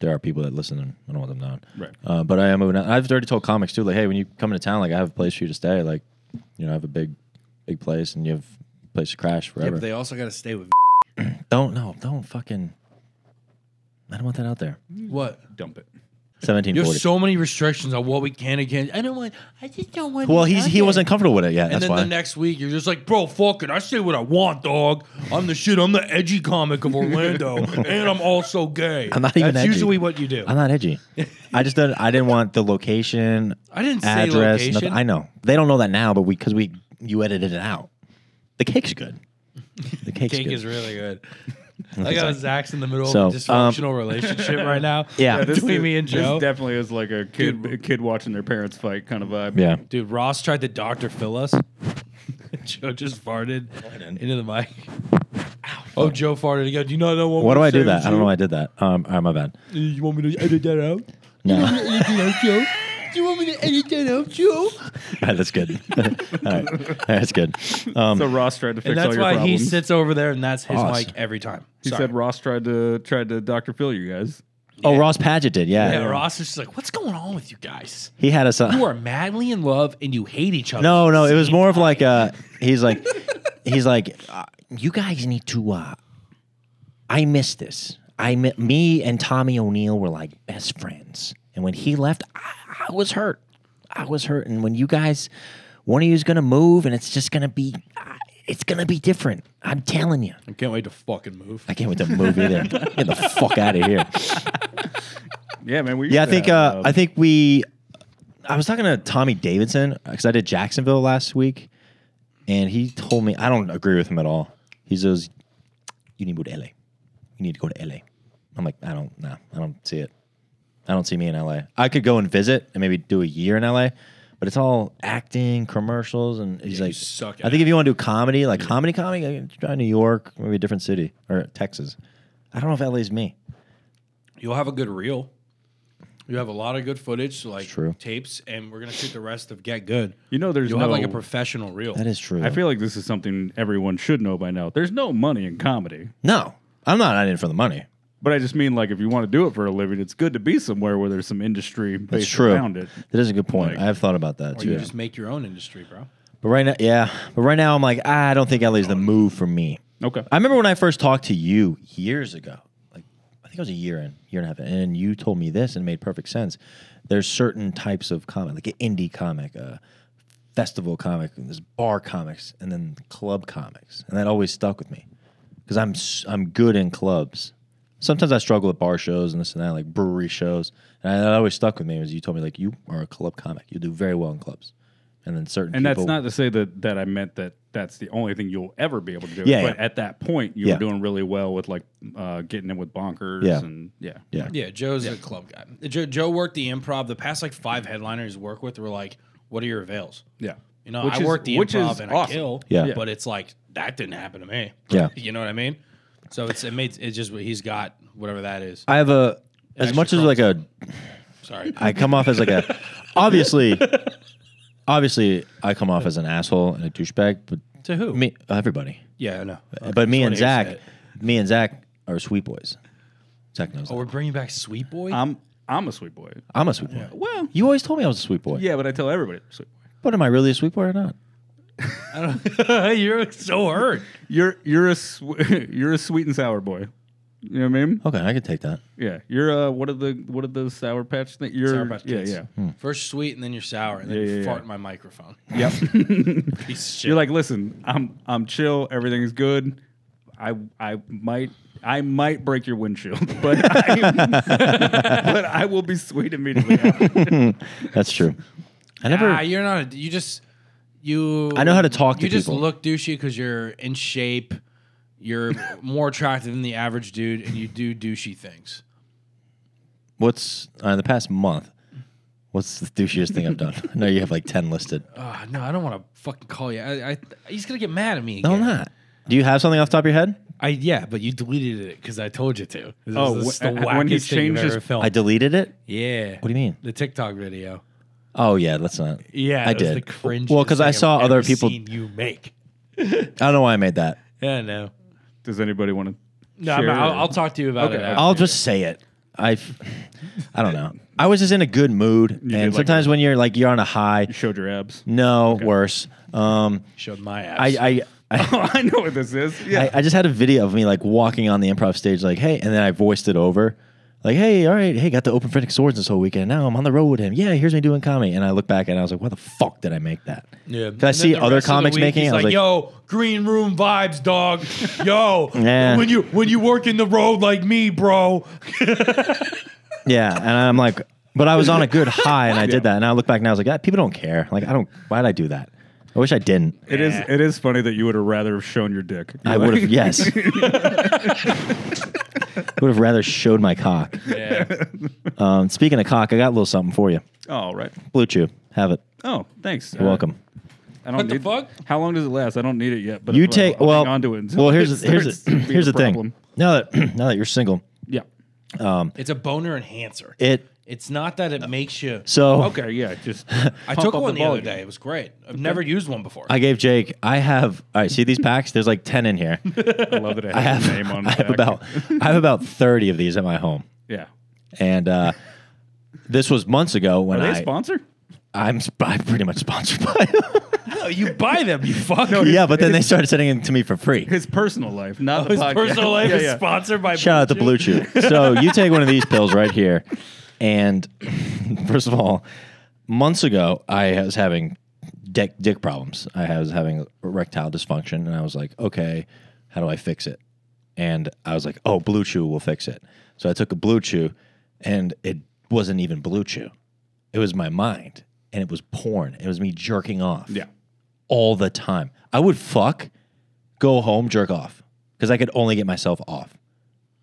Speaker 1: there are people that listen, and I don't want them known.
Speaker 3: Right.
Speaker 1: Uh, but I am moving. Out. I've already told comics too, like, hey, when you come into town, like, I have a place for you to stay. Like, you know, I have a big, big place, and you have a place to crash
Speaker 2: Yeah,
Speaker 1: forever.
Speaker 2: but they also got to stay with.
Speaker 1: don't no, don't fucking. I don't want that out there.
Speaker 2: What?
Speaker 3: Dump it.
Speaker 1: Seventeen
Speaker 2: There's
Speaker 1: forty.
Speaker 2: so many restrictions on what we can and can't. I don't want. I just don't want.
Speaker 1: well,
Speaker 2: to
Speaker 1: he's
Speaker 2: have
Speaker 1: he
Speaker 2: it.
Speaker 1: wasn't comfortable with it yet.
Speaker 2: And
Speaker 1: that's
Speaker 2: then
Speaker 1: why.
Speaker 2: the next week, you're just like, bro, fuck it. I say what I want, dog. I'm the shit. I'm the edgy comic of Orlando, and I'm also gay.
Speaker 1: I'm not even
Speaker 2: That's
Speaker 1: edgy.
Speaker 2: usually what you do.
Speaker 1: I'm not edgy. I just didn't, I didn't want the location.
Speaker 2: I didn't say
Speaker 1: address.
Speaker 2: location.
Speaker 1: nothing. I know they don't know that now, but we because we you edited it out. The cake's good. The cake's
Speaker 2: Cake
Speaker 1: good.
Speaker 2: is really good. I got Zach's in the middle
Speaker 1: So, um,
Speaker 2: of a dysfunctional relationship right now.
Speaker 1: Yeah. Yeah,
Speaker 3: this
Speaker 2: between
Speaker 3: is-
Speaker 2: me and
Speaker 3: this
Speaker 2: Joe.
Speaker 3: definitely is like a kid a kid watching their parents fight kind of vibe.
Speaker 1: yeah.
Speaker 2: Dude, Ross tried to Dr. Phil us. Joe just farted into the mic. Oh, Joe farted. He goes, Do you not know what
Speaker 1: Why do I do that? I don't know why I did that. Um, all right, my bad.
Speaker 2: You want me to edit that out?
Speaker 1: No,
Speaker 2: Joe? Do you want me to edit that out, Joe?
Speaker 1: All right, that's good. all right, All right, that's good. Um,
Speaker 3: So Ross tried to fix
Speaker 2: And
Speaker 3: all
Speaker 2: that's
Speaker 3: your
Speaker 2: why he
Speaker 3: problems.
Speaker 2: sits over there and that's his
Speaker 1: Ross.
Speaker 2: mic every time.
Speaker 3: he
Speaker 2: Sorry.
Speaker 3: said Ross tried to tried to Dr. Phil you guys.
Speaker 1: oh, Ross Paget did. Yeah,
Speaker 2: Yeah, Ross is just like, What's going on with you guys?
Speaker 1: he had us.
Speaker 2: You are madly in love and you hate each other.
Speaker 1: No, no, it was more of like uh he's like he's like uh, you guys need to uh I miss this. I mi- me and Tommy O'Neill were like best friends. And when he left, I, I was hurt. I was hurt and when you guys one of you's going to move and it's just going to be I- it's going to be different. I'm telling you.
Speaker 2: I can't wait to fucking move.
Speaker 1: I can't wait to move either. Get the fuck out of here.
Speaker 3: Yeah, um, man. We
Speaker 1: Yeah, I
Speaker 3: used to
Speaker 1: think
Speaker 3: have,
Speaker 1: uh, I think we. I was talking to Tommy Davidson because I did Jacksonville last week, and he told me I don't agree with him at all. He says, "You need to move to LA. You need to go to LA." I'm like, I don't, nah, I don't see it. I don't see me in LA. I could go and visit and maybe do a year in LA, but it's all acting, commercials, and he's like,
Speaker 2: suck at
Speaker 1: I think if you want to do comedy, like comedy, comedy, I try New York, maybe a different city or Texas. I don't know if LA's me.
Speaker 2: You'll have a good reel. You have a lot of good footage, so, like
Speaker 1: true.
Speaker 2: tapes, and we're gonna shoot the rest of Get Good.
Speaker 3: You know there's
Speaker 2: You'll have like a
Speaker 3: no-
Speaker 2: professional reel.
Speaker 1: That is true.
Speaker 3: I feel like this is something everyone should know by now. There's no money in comedy.
Speaker 1: No, I'm not in it for the money.
Speaker 3: But I just mean like if you want to do it for a living, it's good to be somewhere where there's some industry
Speaker 1: That's
Speaker 3: based
Speaker 1: true.
Speaker 3: around it.
Speaker 1: That is a good point.
Speaker 3: Like-
Speaker 1: I have thought about that
Speaker 2: or you
Speaker 1: too.
Speaker 2: just make your own industry, bro.
Speaker 1: But right now, yeah. But right now, I'm like, ah, I don't think LA's the move for me.
Speaker 3: Okay.
Speaker 1: I remember when I first talked to you years ago. Like, I think it was a year in, year and a half, in, and you told me this, and it made perfect sense. There's certain types of comic, like an indie comic, a festival comic, and there's bar comics, and then club comics, and that always stuck with me because I'm s- I'm good in clubs. Sometimes I struggle at bar shows and this and that, like brewery shows, and that always stuck with me. Was you told me like you are a club comic, you do very well in clubs, and then certain
Speaker 3: and that's
Speaker 1: people,
Speaker 3: not to say that that I meant that that's the only thing you'll ever be able to do.
Speaker 1: Yeah,
Speaker 3: but
Speaker 1: yeah.
Speaker 3: at that point, you
Speaker 1: Yeah.
Speaker 3: were doing really well with like uh, getting in with bonkers
Speaker 1: Yeah.
Speaker 3: and yeah.
Speaker 1: yeah
Speaker 2: Yeah, Joe's a club guy. Joe, Joe worked the improv. The past like five headliners he's worked with were like, "What are your avails?"
Speaker 3: Yeah.
Speaker 2: You know,
Speaker 3: Which
Speaker 2: I
Speaker 3: is-
Speaker 2: worked the
Speaker 3: which is
Speaker 2: improv and
Speaker 3: awesome.
Speaker 2: I kill.
Speaker 1: Yeah.
Speaker 2: but it's like that didn't happen to me.
Speaker 1: Yeah.
Speaker 2: you know what I mean. So it's it made it's just what he's got, whatever that is.
Speaker 1: I have a as much as like a
Speaker 2: Sorry,
Speaker 1: I come off as like a obviously obviously I come off as an asshole and a douchebag, but
Speaker 2: to who?
Speaker 1: me everybody.
Speaker 2: Yeah, I know.
Speaker 1: But me and
Speaker 2: Just wanna hear
Speaker 1: Zach,
Speaker 2: that.
Speaker 1: me and Zach are sweet boys. Zach knows. that.
Speaker 2: Oh, we're bringing back Sweet Boy.
Speaker 3: I'm I'm a sweet boy.
Speaker 1: I'm a sweet boy.
Speaker 3: Well,
Speaker 1: You always told me I was a sweet boy.
Speaker 3: yeah, but I tell everybody sweet boy.
Speaker 1: But am I really a sweet boy or not?
Speaker 2: I don't, you're so hurt.
Speaker 3: You're you're a sw- you're a sweet and sour boy. You know what I mean?
Speaker 1: Okay, I can take that.
Speaker 3: Yeah. You're uh what are the what are those sour patch thing? You're
Speaker 2: Sour Patch
Speaker 3: yeah,
Speaker 2: Kids.
Speaker 3: yeah.
Speaker 1: Hmm.
Speaker 2: First sweet and then you're sour and then
Speaker 3: Yeah,
Speaker 2: you
Speaker 3: yeah,
Speaker 2: fart
Speaker 3: yeah.
Speaker 2: in my microphone.
Speaker 3: Yep.
Speaker 2: Piece of shit.
Speaker 3: You're like, listen, I'm I'm chill. Everything's good. I I might I might break your windshield, but I, but I will be sweet immediately. After.
Speaker 1: That's true. I never.
Speaker 2: ah, you're not. A, you just you.
Speaker 1: I know how to talk to
Speaker 2: You just
Speaker 1: people.
Speaker 2: look douchey because you're in shape. You're more attractive than the average dude, and you do douchey things.
Speaker 1: What's uh, in the past month? What's the douchiest thing I've done? I know you have like ten listed.
Speaker 2: Uh, no, I don't want to fucking call you. I, I, he's gonna get mad at me.
Speaker 1: No,
Speaker 2: again.
Speaker 1: I'm not. Do you have something off the top of your head?
Speaker 2: I yeah, but you deleted it because I told you to. This
Speaker 3: Oh,
Speaker 2: is
Speaker 3: wh- uh, when he
Speaker 2: wackiest thing
Speaker 3: changed
Speaker 2: you've
Speaker 3: his-
Speaker 2: ever filmed.
Speaker 1: I deleted it.
Speaker 2: yeah.
Speaker 1: What do you mean?
Speaker 2: The TikTok video.
Speaker 1: Oh yeah, let's not.
Speaker 2: Yeah,
Speaker 1: I
Speaker 2: it was
Speaker 1: did.
Speaker 2: The cringe.
Speaker 1: Well, 'cause I saw other people-
Speaker 2: Seen you make.
Speaker 1: I don't know why I made that.
Speaker 2: Yeah, no.
Speaker 3: Does anybody want to?
Speaker 2: No, I'm-
Speaker 3: Sure.
Speaker 2: I'll, I'll talk to you about
Speaker 3: Okay.
Speaker 2: it. after.
Speaker 1: I'll just say it. I, f- I don't know. I was just in a good mood,
Speaker 3: did,
Speaker 1: and
Speaker 3: like,
Speaker 1: sometimes when you're like you're on a high,
Speaker 3: You showed your abs.
Speaker 1: no worse. Um,
Speaker 2: showed my ass.
Speaker 1: I, I, I,
Speaker 3: Oh, I know what this is. Yeah.
Speaker 1: I, I just had a video of me like walking on the improv stage, like hey, and then I voiced it over, like hey, all right, hey, got the open Phoenix Swords this whole weekend. Now I'm on the road with him. Yeah, here's me doing comedy, and I look back and I was like, why the fuck did I make that?
Speaker 2: yeah.
Speaker 1: Did I see other comics making? it?
Speaker 2: He's
Speaker 1: I was
Speaker 2: like, "Yo, green room vibes, dog. Yo,
Speaker 1: Yeah.
Speaker 2: when you when you work in the road like me, bro.
Speaker 1: Yeah, and I'm like, but I was on a good high, and I did that. And I look back now, I was like, "Ah, people don't care. Like, I don't. Why did I do that? I wish I didn't.
Speaker 3: It is. It is funny that you would have rather have shown your dick.
Speaker 1: I would have. Yes, would have rather showed my cock.
Speaker 2: Yeah.
Speaker 1: Um, speaking of cock, I got a little something for you.
Speaker 3: Oh right.
Speaker 1: Blue Chew, have it.
Speaker 3: Oh, thanks.
Speaker 1: You're welcome.
Speaker 3: I don't
Speaker 2: What the
Speaker 3: need-
Speaker 2: fuck?
Speaker 3: How long does it last? I don't need it yet. But
Speaker 1: You
Speaker 3: if I-
Speaker 1: take
Speaker 3: I'll
Speaker 1: well.
Speaker 3: hang onto it. until
Speaker 1: well,
Speaker 3: it
Speaker 1: here's the- here's
Speaker 3: starts
Speaker 1: the,
Speaker 3: to be
Speaker 1: here's
Speaker 3: a
Speaker 1: the thing.
Speaker 3: problem.
Speaker 1: Now that now that you're single,
Speaker 3: Yeah.
Speaker 2: it's a boner enhancer.
Speaker 1: it
Speaker 2: it's not that it makes you.
Speaker 1: so
Speaker 3: Oh, Okay. Yeah. Just.
Speaker 2: I
Speaker 3: pump
Speaker 2: took
Speaker 3: up
Speaker 2: one the, other
Speaker 3: volume.
Speaker 2: day. It was great. I've never used one before.
Speaker 1: I gave Jake. I have. All right, see these packs? There's like ten in here.
Speaker 3: I love that it
Speaker 1: I
Speaker 3: has
Speaker 1: have.
Speaker 3: a name on. the
Speaker 1: I have
Speaker 3: back.
Speaker 1: about. I have about thirty of these at my home.
Speaker 3: Yeah.
Speaker 1: And uh, this was months ago when
Speaker 3: Are they a
Speaker 1: I
Speaker 3: sponsor?
Speaker 1: I'm sp- I'm pretty much sponsored by them.
Speaker 2: no, you buy them, you fuck.
Speaker 1: yeah, but then they started sending it to me for free.
Speaker 3: His personal life, not
Speaker 2: His
Speaker 3: the podcast.
Speaker 2: personal life
Speaker 3: Yeah,
Speaker 2: is
Speaker 3: yeah.
Speaker 2: sponsored by.
Speaker 1: Shout out to Blue Chew. So you take one of these pills right here, and first of all, months ago I was having dick dick problems. I was having erectile dysfunction, and I was like, okay, how do I fix it? And I was like, oh, Blue Chew will fix it. So I took a Blue Chew, and it wasn't even Blue Chew. It was my mind, and it was porn. It was me jerking off.
Speaker 3: Yeah.
Speaker 1: all the time. I would fuck, go home, jerk off because I could only get myself off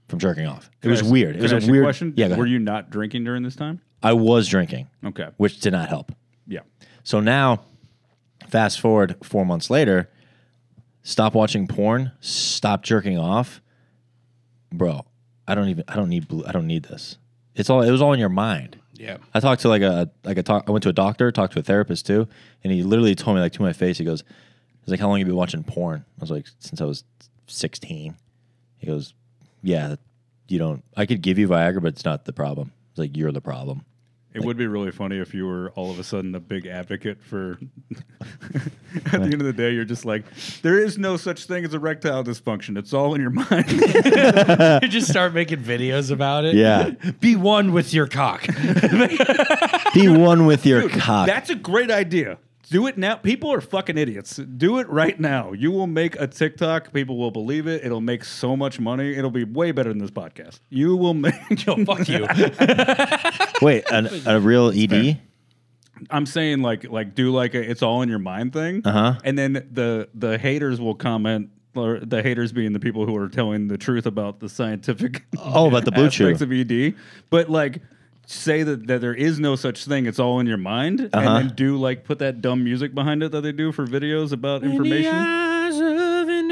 Speaker 1: from jerking off. It was
Speaker 3: Can I ask-
Speaker 1: weird. It
Speaker 3: can
Speaker 1: was
Speaker 3: I
Speaker 1: a
Speaker 3: ask you a
Speaker 1: weird
Speaker 3: question.
Speaker 1: Yeah, go
Speaker 3: Were
Speaker 1: ahead.
Speaker 3: you not drinking during this time?
Speaker 1: I was drinking,
Speaker 3: Okay.
Speaker 1: which did not help.
Speaker 3: Yeah.
Speaker 1: So now, fast forward four months later, stop watching porn, stop jerking off, bro. I don't even. I don't need. Blue, I don't need this. It's all. It was all in your mind.
Speaker 2: Yeah.
Speaker 1: I talked to like a like a talk. I went to a doctor, talked to a therapist too, and he literally told me like to my face. He goes, "He's like, how long have you been watching porn?" I was like, "Since I was 16." He goes, "Yeah, you don't. I could give you Viagra, but it's not the problem. It's like you're the problem."
Speaker 3: It would be really funny if you were all of a sudden a big advocate for. At the end of the day, you're just like, there is no such thing as erectile dysfunction. It's all in your mind.
Speaker 2: You just start making videos about it.
Speaker 1: Yeah.
Speaker 2: Be one with your cock.
Speaker 1: Be one with your cock.
Speaker 3: That's a great idea. Do it now. People are fucking idiots. Do it right now. You will make a TikTok. People will believe it. It'll make so much money. It'll be way better than this podcast. You will make.
Speaker 2: Yo, fuck you.
Speaker 1: Wait, an, a real E ED?
Speaker 3: I'm saying like like do like a it's all in your mind thing, uh-huh. and then the the haters will comment. Or the haters being the people who are telling the truth about the scientific
Speaker 1: Oh, about the blue chew.
Speaker 3: aspects of ED, but like say that, that there is no such thing. It's all in your mind,
Speaker 1: Uh-huh.
Speaker 3: and then do like put that dumb music behind it that they do for videos about information.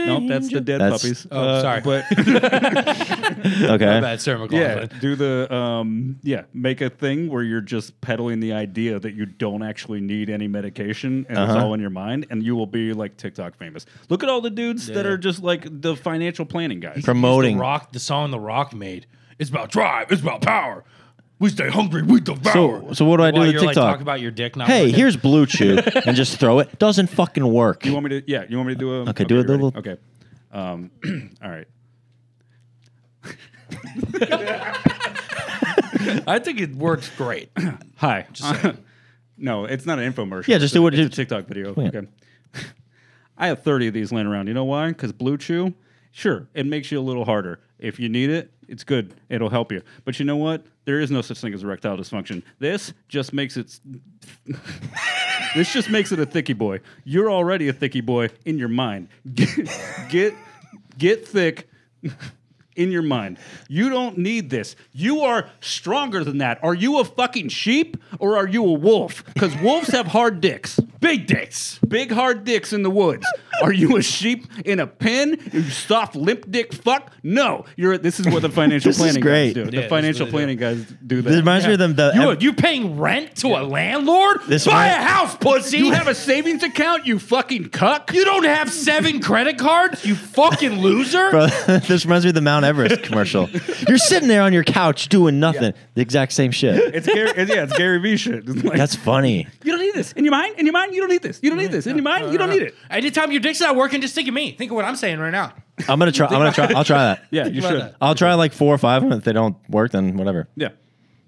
Speaker 3: Nope, that's the dead
Speaker 1: That's-
Speaker 3: puppies.
Speaker 2: Oh, sorry.
Speaker 3: but
Speaker 1: Okay.
Speaker 2: Bad Sarah
Speaker 3: yeah,
Speaker 2: McLaughlin.
Speaker 3: do the um, yeah, make a thing where you're just peddling the idea that you don't actually need any medication and
Speaker 1: Uh-huh.
Speaker 3: it's all in your mind, and you will be like TikTok famous. Look at all the dudes that are just like the financial planning guys.
Speaker 1: Promoting.
Speaker 2: The rock, the song the rock made. It's about drive. It's about power. We stay hungry. We devour.
Speaker 1: So- so what do I do
Speaker 2: While
Speaker 1: with
Speaker 2: you're, like,
Speaker 1: TikTok?
Speaker 2: talk about your dick. Not
Speaker 1: Hey,
Speaker 2: working.
Speaker 1: here's blue chew, and just throw it. Doesn't fucking work.
Speaker 3: You want me to? Yeah, you want me to do a? Okay,
Speaker 1: do
Speaker 3: you
Speaker 1: it the
Speaker 3: ready?
Speaker 1: little-
Speaker 3: Okay, um, all right.
Speaker 2: I think it works great.
Speaker 3: Hi. no, it's not an infomercial.
Speaker 1: Yeah, just
Speaker 3: It's a-
Speaker 1: do what
Speaker 3: it's
Speaker 1: you-
Speaker 3: a TikTok video.
Speaker 1: Yeah.
Speaker 3: Okay. I have 30 of these laying around. You know why? Because Blue Chew, sure, it makes you a little harder. If you need it, it's good. It'll help you. But you know what? There is no such thing as erectile dysfunction. This just makes it. This just makes it a thicky boy. You're already a thicky boy in your mind. Get get, get thick in your mind. You don't need this. You are stronger than that. Are you a fucking sheep or are you a wolf? Because wolves have hard dicks. Big dicks. Big hard dicks in the woods. Are you a sheep in a pen? You soft limp dick fuck? No. You're this is what the financial
Speaker 1: This is
Speaker 3: planning
Speaker 1: great.
Speaker 3: guys do.
Speaker 2: Yeah,
Speaker 3: the
Speaker 2: that's
Speaker 3: financial
Speaker 2: what they
Speaker 3: planning
Speaker 2: do.
Speaker 3: guys do
Speaker 1: It
Speaker 3: that.
Speaker 1: reminds me of them. The,
Speaker 2: You, you paying rent to a landlord?
Speaker 1: This
Speaker 2: Buy
Speaker 1: one-
Speaker 2: a house, pussy.
Speaker 3: you have a savings account, you fucking cuck.
Speaker 2: You don't have seven credit cards, you fucking loser.
Speaker 1: Bro, this reminds me of the Mount Everest commercial. You're sitting there on your couch doing nothing. The exact same shit.
Speaker 3: It's Gary, it's- yeah, it's Gary Vee shit. It's like,
Speaker 1: That's funny.
Speaker 3: you don't need this in your mind. In your mind, you don't need this. You don't need this in your mind. You don't need it.
Speaker 2: Anytime your dick's not working, just think of me. Think of what I'm saying right now.
Speaker 1: I'm gonna try. I'm gonna try. I'll try that.
Speaker 3: Yeah, you
Speaker 2: about
Speaker 3: should.
Speaker 2: that.
Speaker 1: I'll try like four or five, and if they don't work, then whatever.
Speaker 3: Yeah,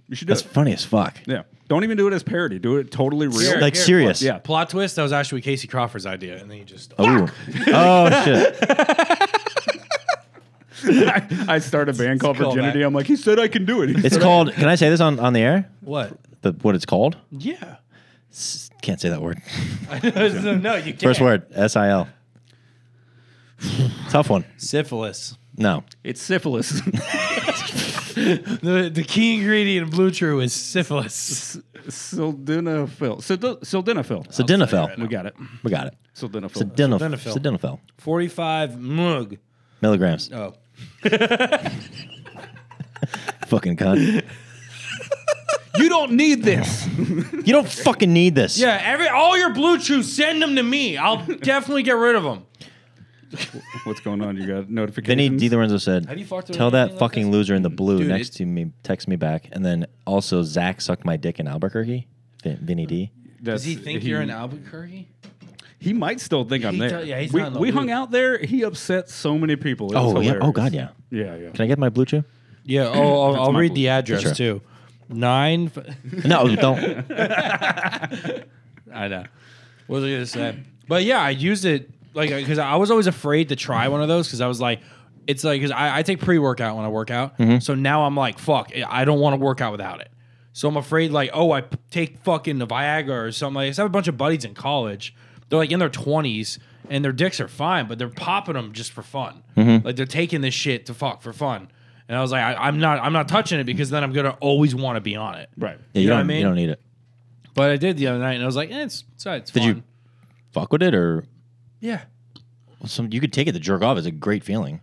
Speaker 3: you should do
Speaker 1: That's
Speaker 3: it.
Speaker 1: funny as fuck.
Speaker 3: Yeah, don't even do it as parody. Do it totally real.
Speaker 2: Here,
Speaker 1: Like
Speaker 2: here,
Speaker 1: serious.
Speaker 3: Yeah.
Speaker 2: Plot twist, that was actually Casey Crawford's idea, and then you just
Speaker 1: Ooh. Oh shit.
Speaker 3: I, I start a band called
Speaker 2: a callback.
Speaker 3: Virginity. I'm like, he said I can do it. He
Speaker 1: It's
Speaker 3: said I-
Speaker 1: called. Can I say this on, on the air?
Speaker 2: what?
Speaker 1: The what it's called?
Speaker 2: Yeah.
Speaker 1: S- Can't say that word.
Speaker 2: no, you can't.
Speaker 1: First word. S I L. Tough one.
Speaker 2: Syphilis.
Speaker 1: No.
Speaker 3: It's syphilis.
Speaker 2: The the key ingredient in Blue True is syphilis.
Speaker 3: Sildenafil. Sildo- Sildenafil.
Speaker 1: Sildenafil.
Speaker 3: we got it.
Speaker 1: We got it.
Speaker 3: Sildenafil.
Speaker 1: Sildenaf-
Speaker 2: Sildenafil.
Speaker 1: Sildenafil.
Speaker 2: Forty five mug.
Speaker 1: Milligrams.
Speaker 2: Oh.
Speaker 1: Fucking cunt.
Speaker 3: you don't need this.
Speaker 1: You don't fucking need this.
Speaker 2: Yeah, every all your Blue Chews, send them to me. I'll definitely get rid of them.
Speaker 3: What's going on? You got notifications.
Speaker 1: Vinny DiLorenzo said,
Speaker 2: Have you fucked with
Speaker 1: "Tell that
Speaker 2: anything like
Speaker 1: fucking
Speaker 2: this?"
Speaker 1: loser in the blue
Speaker 2: Dude,
Speaker 1: next
Speaker 2: it-
Speaker 1: to me, text me back, and then also Zach sucked my dick in Albuquerque." Vin, Vinny D.
Speaker 2: Does
Speaker 3: That's-
Speaker 2: he think you're in Albuquerque?
Speaker 3: He might still think I'm
Speaker 2: He
Speaker 3: there.
Speaker 2: do- yeah, he's
Speaker 3: we
Speaker 2: not in the
Speaker 3: we
Speaker 2: loop.
Speaker 3: hung out there. He upset so many people. It was
Speaker 1: Oh yeah.
Speaker 3: hilarious.
Speaker 1: Oh god yeah.
Speaker 3: Yeah, yeah.
Speaker 1: Can I get my blue chew?
Speaker 2: Yeah. Oh, I'll, I'll
Speaker 3: my
Speaker 2: read
Speaker 3: Blue
Speaker 2: the address
Speaker 1: Sure.
Speaker 2: too. Nine. f-
Speaker 1: No, don't.
Speaker 2: I know. What was I gonna say? But yeah, I used it like because I was always afraid to try one of those because I was like, it's like because I, I take pre workout when I work out,
Speaker 1: Mm-hmm.
Speaker 2: so now I'm like, fuck, I don't want to work out without it. So I'm afraid like, oh, I p- take fucking the Viagra or something. Like, 'cause I have a bunch of buddies in college. They're like in their 20s and their dicks are fine, but they're popping them just for fun.
Speaker 1: Mm-hmm.
Speaker 2: Like they're taking this shit to fuck for fun. And I was like, I, I'm not, I'm not touching it because then I'm gonna always want to be on it.
Speaker 3: Right.
Speaker 1: Yeah, you,
Speaker 2: You know
Speaker 1: don't.
Speaker 2: what I mean?
Speaker 1: You don't need it.
Speaker 2: But I did the other night, and I was like, eh, it's, it's, all right, it's
Speaker 1: Did you
Speaker 2: fun.
Speaker 1: fuck with it or
Speaker 2: Yeah.
Speaker 1: some? You could take it to jerk off. It's a great feeling.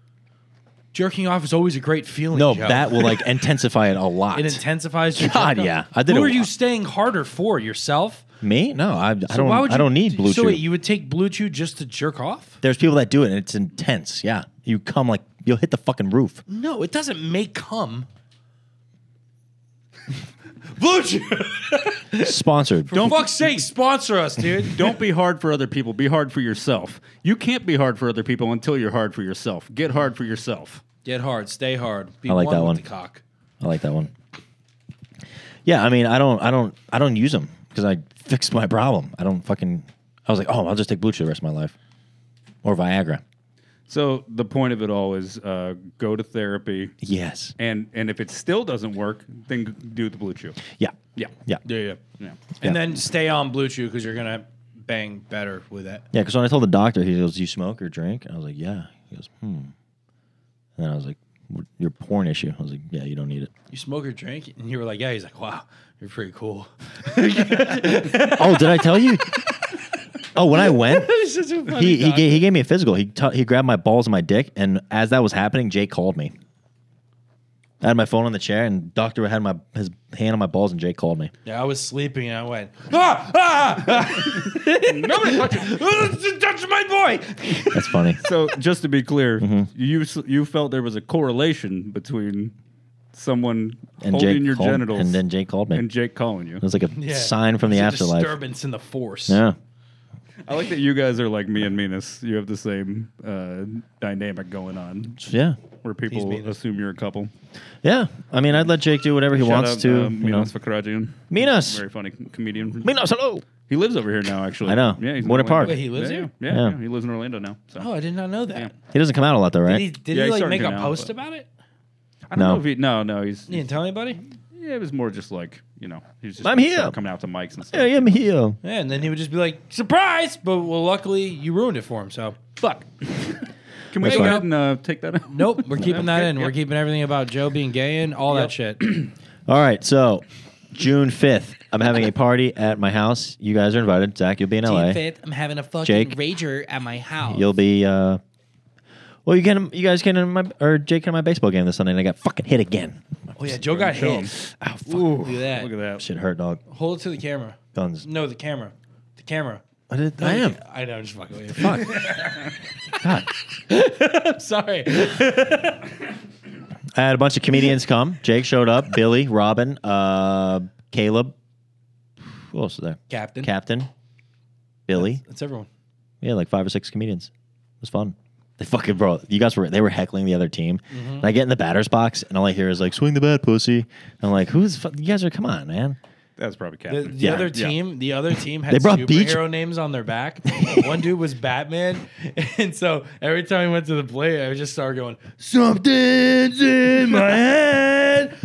Speaker 2: jerking off is always a great feeling.
Speaker 1: No,
Speaker 2: Joe.
Speaker 1: that will like intensify it a lot.
Speaker 2: it intensifies. Your
Speaker 1: God,
Speaker 2: jerk off.
Speaker 1: yeah. I did
Speaker 2: Who
Speaker 1: it-
Speaker 2: are you staying harder for yourself?
Speaker 1: Me? No, I, I don't.
Speaker 2: Why would
Speaker 1: I
Speaker 2: you-
Speaker 1: don't need blue
Speaker 2: so
Speaker 1: chew.
Speaker 2: wait, you would take blue chew just to jerk off?
Speaker 1: There's people that do it and it's intense. Yeah, you come like you'll hit the fucking roof.
Speaker 2: No, it doesn't make cum. blue chew.
Speaker 1: Sponsored.
Speaker 2: Don't fuck's sake, sponsor us, dude.
Speaker 3: Don't be hard for other people. Be hard for yourself. You can't be hard for other people until you're hard for yourself. Get hard for yourself.
Speaker 2: Get hard, stay hard. Be
Speaker 1: I like
Speaker 2: one
Speaker 1: that
Speaker 2: with
Speaker 1: one.
Speaker 2: The cock.
Speaker 1: I like that one. Yeah, I mean, I don't, I don't, I don't use them because I fixed my problem. I don't fucking. I was like, oh, I'll just take blue chew the rest of my life, or Viagra.
Speaker 3: So the point of it all is uh, go to therapy,
Speaker 1: Yes.
Speaker 3: and and if it still doesn't work, then g- do the blue chew.
Speaker 1: Yeah.
Speaker 3: Yeah,
Speaker 1: Yeah.
Speaker 2: Yeah, yeah.
Speaker 3: yeah.
Speaker 1: Yeah.
Speaker 2: And then stay on blue chew because you're gonna bang better with it.
Speaker 1: Yeah. Because when I told the doctor, he goes, "Do you smoke or drink?" And I was like, "Yeah." He goes, "Hmm." And then I was like, "What- "Your porn issue." I was like, "Yeah, you don't need it."
Speaker 2: You smoke or drink, and you were like, "Yeah." He's like, "Wow, you're pretty cool."
Speaker 1: oh, did I tell you? Oh, when I went,
Speaker 2: This is a funny
Speaker 1: he he
Speaker 2: doc.
Speaker 1: gave, he gave me a physical. He t- he grabbed my balls and my dick, and as that was happening, Jake called me. I had my phone on the chair, and doctor had my his hand on my balls, and Jake called me.
Speaker 2: Yeah, I was sleeping and I went, ah, ah, ah. Nobody touched touch my boy.
Speaker 1: That's funny.
Speaker 3: So just to be clear,
Speaker 1: Mm-hmm.
Speaker 3: you s- you felt there was a correlation between someone
Speaker 1: And
Speaker 3: holding
Speaker 1: Jake
Speaker 3: your
Speaker 1: called,
Speaker 3: genitals
Speaker 1: and then Jake called me.
Speaker 3: and Jake calling you.
Speaker 1: it was like a sign from the
Speaker 2: It's a
Speaker 1: afterlife.
Speaker 2: disturbance in the force.
Speaker 1: Yeah,
Speaker 3: I like that you guys are like me and Minas. You have the same uh, dynamic going on
Speaker 1: yeah,
Speaker 3: where people
Speaker 2: Minas.
Speaker 3: assume you're a couple.
Speaker 1: yeah. I mean, I'd let Jake do whatever he
Speaker 3: Shout
Speaker 1: wants
Speaker 3: out,
Speaker 1: to.
Speaker 3: uh,
Speaker 1: you know,
Speaker 3: Minas Fakrajian.
Speaker 1: Minas.
Speaker 3: Very funny comedian.
Speaker 1: Minos, hello.
Speaker 3: He lives over here now, actually.
Speaker 1: I know.
Speaker 3: Yeah, he's in
Speaker 1: Winter
Speaker 3: Orlando.
Speaker 1: Park.
Speaker 2: Wait, he lives
Speaker 3: yeah,
Speaker 2: here?
Speaker 3: Yeah,
Speaker 1: Yeah.
Speaker 3: yeah, he lives in Orlando now. So.
Speaker 2: Oh, I did not know that.
Speaker 1: He doesn't come out a lot though,
Speaker 2: Did he,
Speaker 1: right?
Speaker 2: did he
Speaker 3: Yeah, he's
Speaker 2: like
Speaker 3: starting
Speaker 2: make
Speaker 3: to
Speaker 2: a
Speaker 3: now,
Speaker 2: post
Speaker 3: but-
Speaker 2: about it?
Speaker 3: I don't
Speaker 1: No.
Speaker 3: know if he. No, no, he's.
Speaker 2: You didn't tell anybody?
Speaker 3: Yeah, it was more just like you know he was just
Speaker 1: I'm
Speaker 3: sort of
Speaker 1: here.
Speaker 3: coming out to mics and stuff.
Speaker 1: I am here.
Speaker 2: Yeah, and then he would just be like, surprise! But well, luckily you ruined it for him. So
Speaker 3: Fuck. Can we
Speaker 1: That's
Speaker 3: go
Speaker 1: fine.
Speaker 3: ahead and uh, take that? out?
Speaker 2: nope, we're keeping that in. We're
Speaker 3: Yep.
Speaker 2: keeping everything about Joe being gay in all that shit.
Speaker 1: All right, so June fifth, I'm having a party at my house. You guys are invited. Zach, you'll be in LA.
Speaker 2: I'm having a fucking
Speaker 1: Jake.
Speaker 2: rager at my house.
Speaker 1: You'll be. uh Well, you can. You guys can. In my or Jake came to my baseball game this Sunday, and I got fucking hit again.
Speaker 2: oh yeah, Joe got
Speaker 3: Show
Speaker 2: hit.
Speaker 1: Oh, fuck.
Speaker 2: Look at that.
Speaker 3: Look at that.
Speaker 1: Shit hurt, dog.
Speaker 2: Hold it to the camera.
Speaker 1: Guns.
Speaker 2: No, the camera. The camera.
Speaker 1: I, did, I am.
Speaker 2: I know. I'm just fucking with you.
Speaker 1: Fuck. God.
Speaker 2: I'm sorry.
Speaker 1: I had a bunch of comedians come. Jake showed up. Billy, Robin, uh, Caleb. Who else was there?
Speaker 2: Captain.
Speaker 1: Captain. Billy.
Speaker 2: That's everyone.
Speaker 1: Yeah, like five or six comedians. It was fun. They fucking bro, you guys were they were heckling the other team. And I get in the batter's box and all I hear is like swing the bat, pussy. And I'm like, who's fu- you guys are come on, man.
Speaker 3: That's probably
Speaker 2: The,
Speaker 3: Captain.
Speaker 2: the
Speaker 1: Yeah.
Speaker 2: other
Speaker 1: Yeah.
Speaker 2: team, the other team had
Speaker 1: They brought
Speaker 2: superhero
Speaker 1: beach-
Speaker 2: names on their back. One dude was Batman, and so every time I went to the play, I would just started going,
Speaker 1: Something's in my head.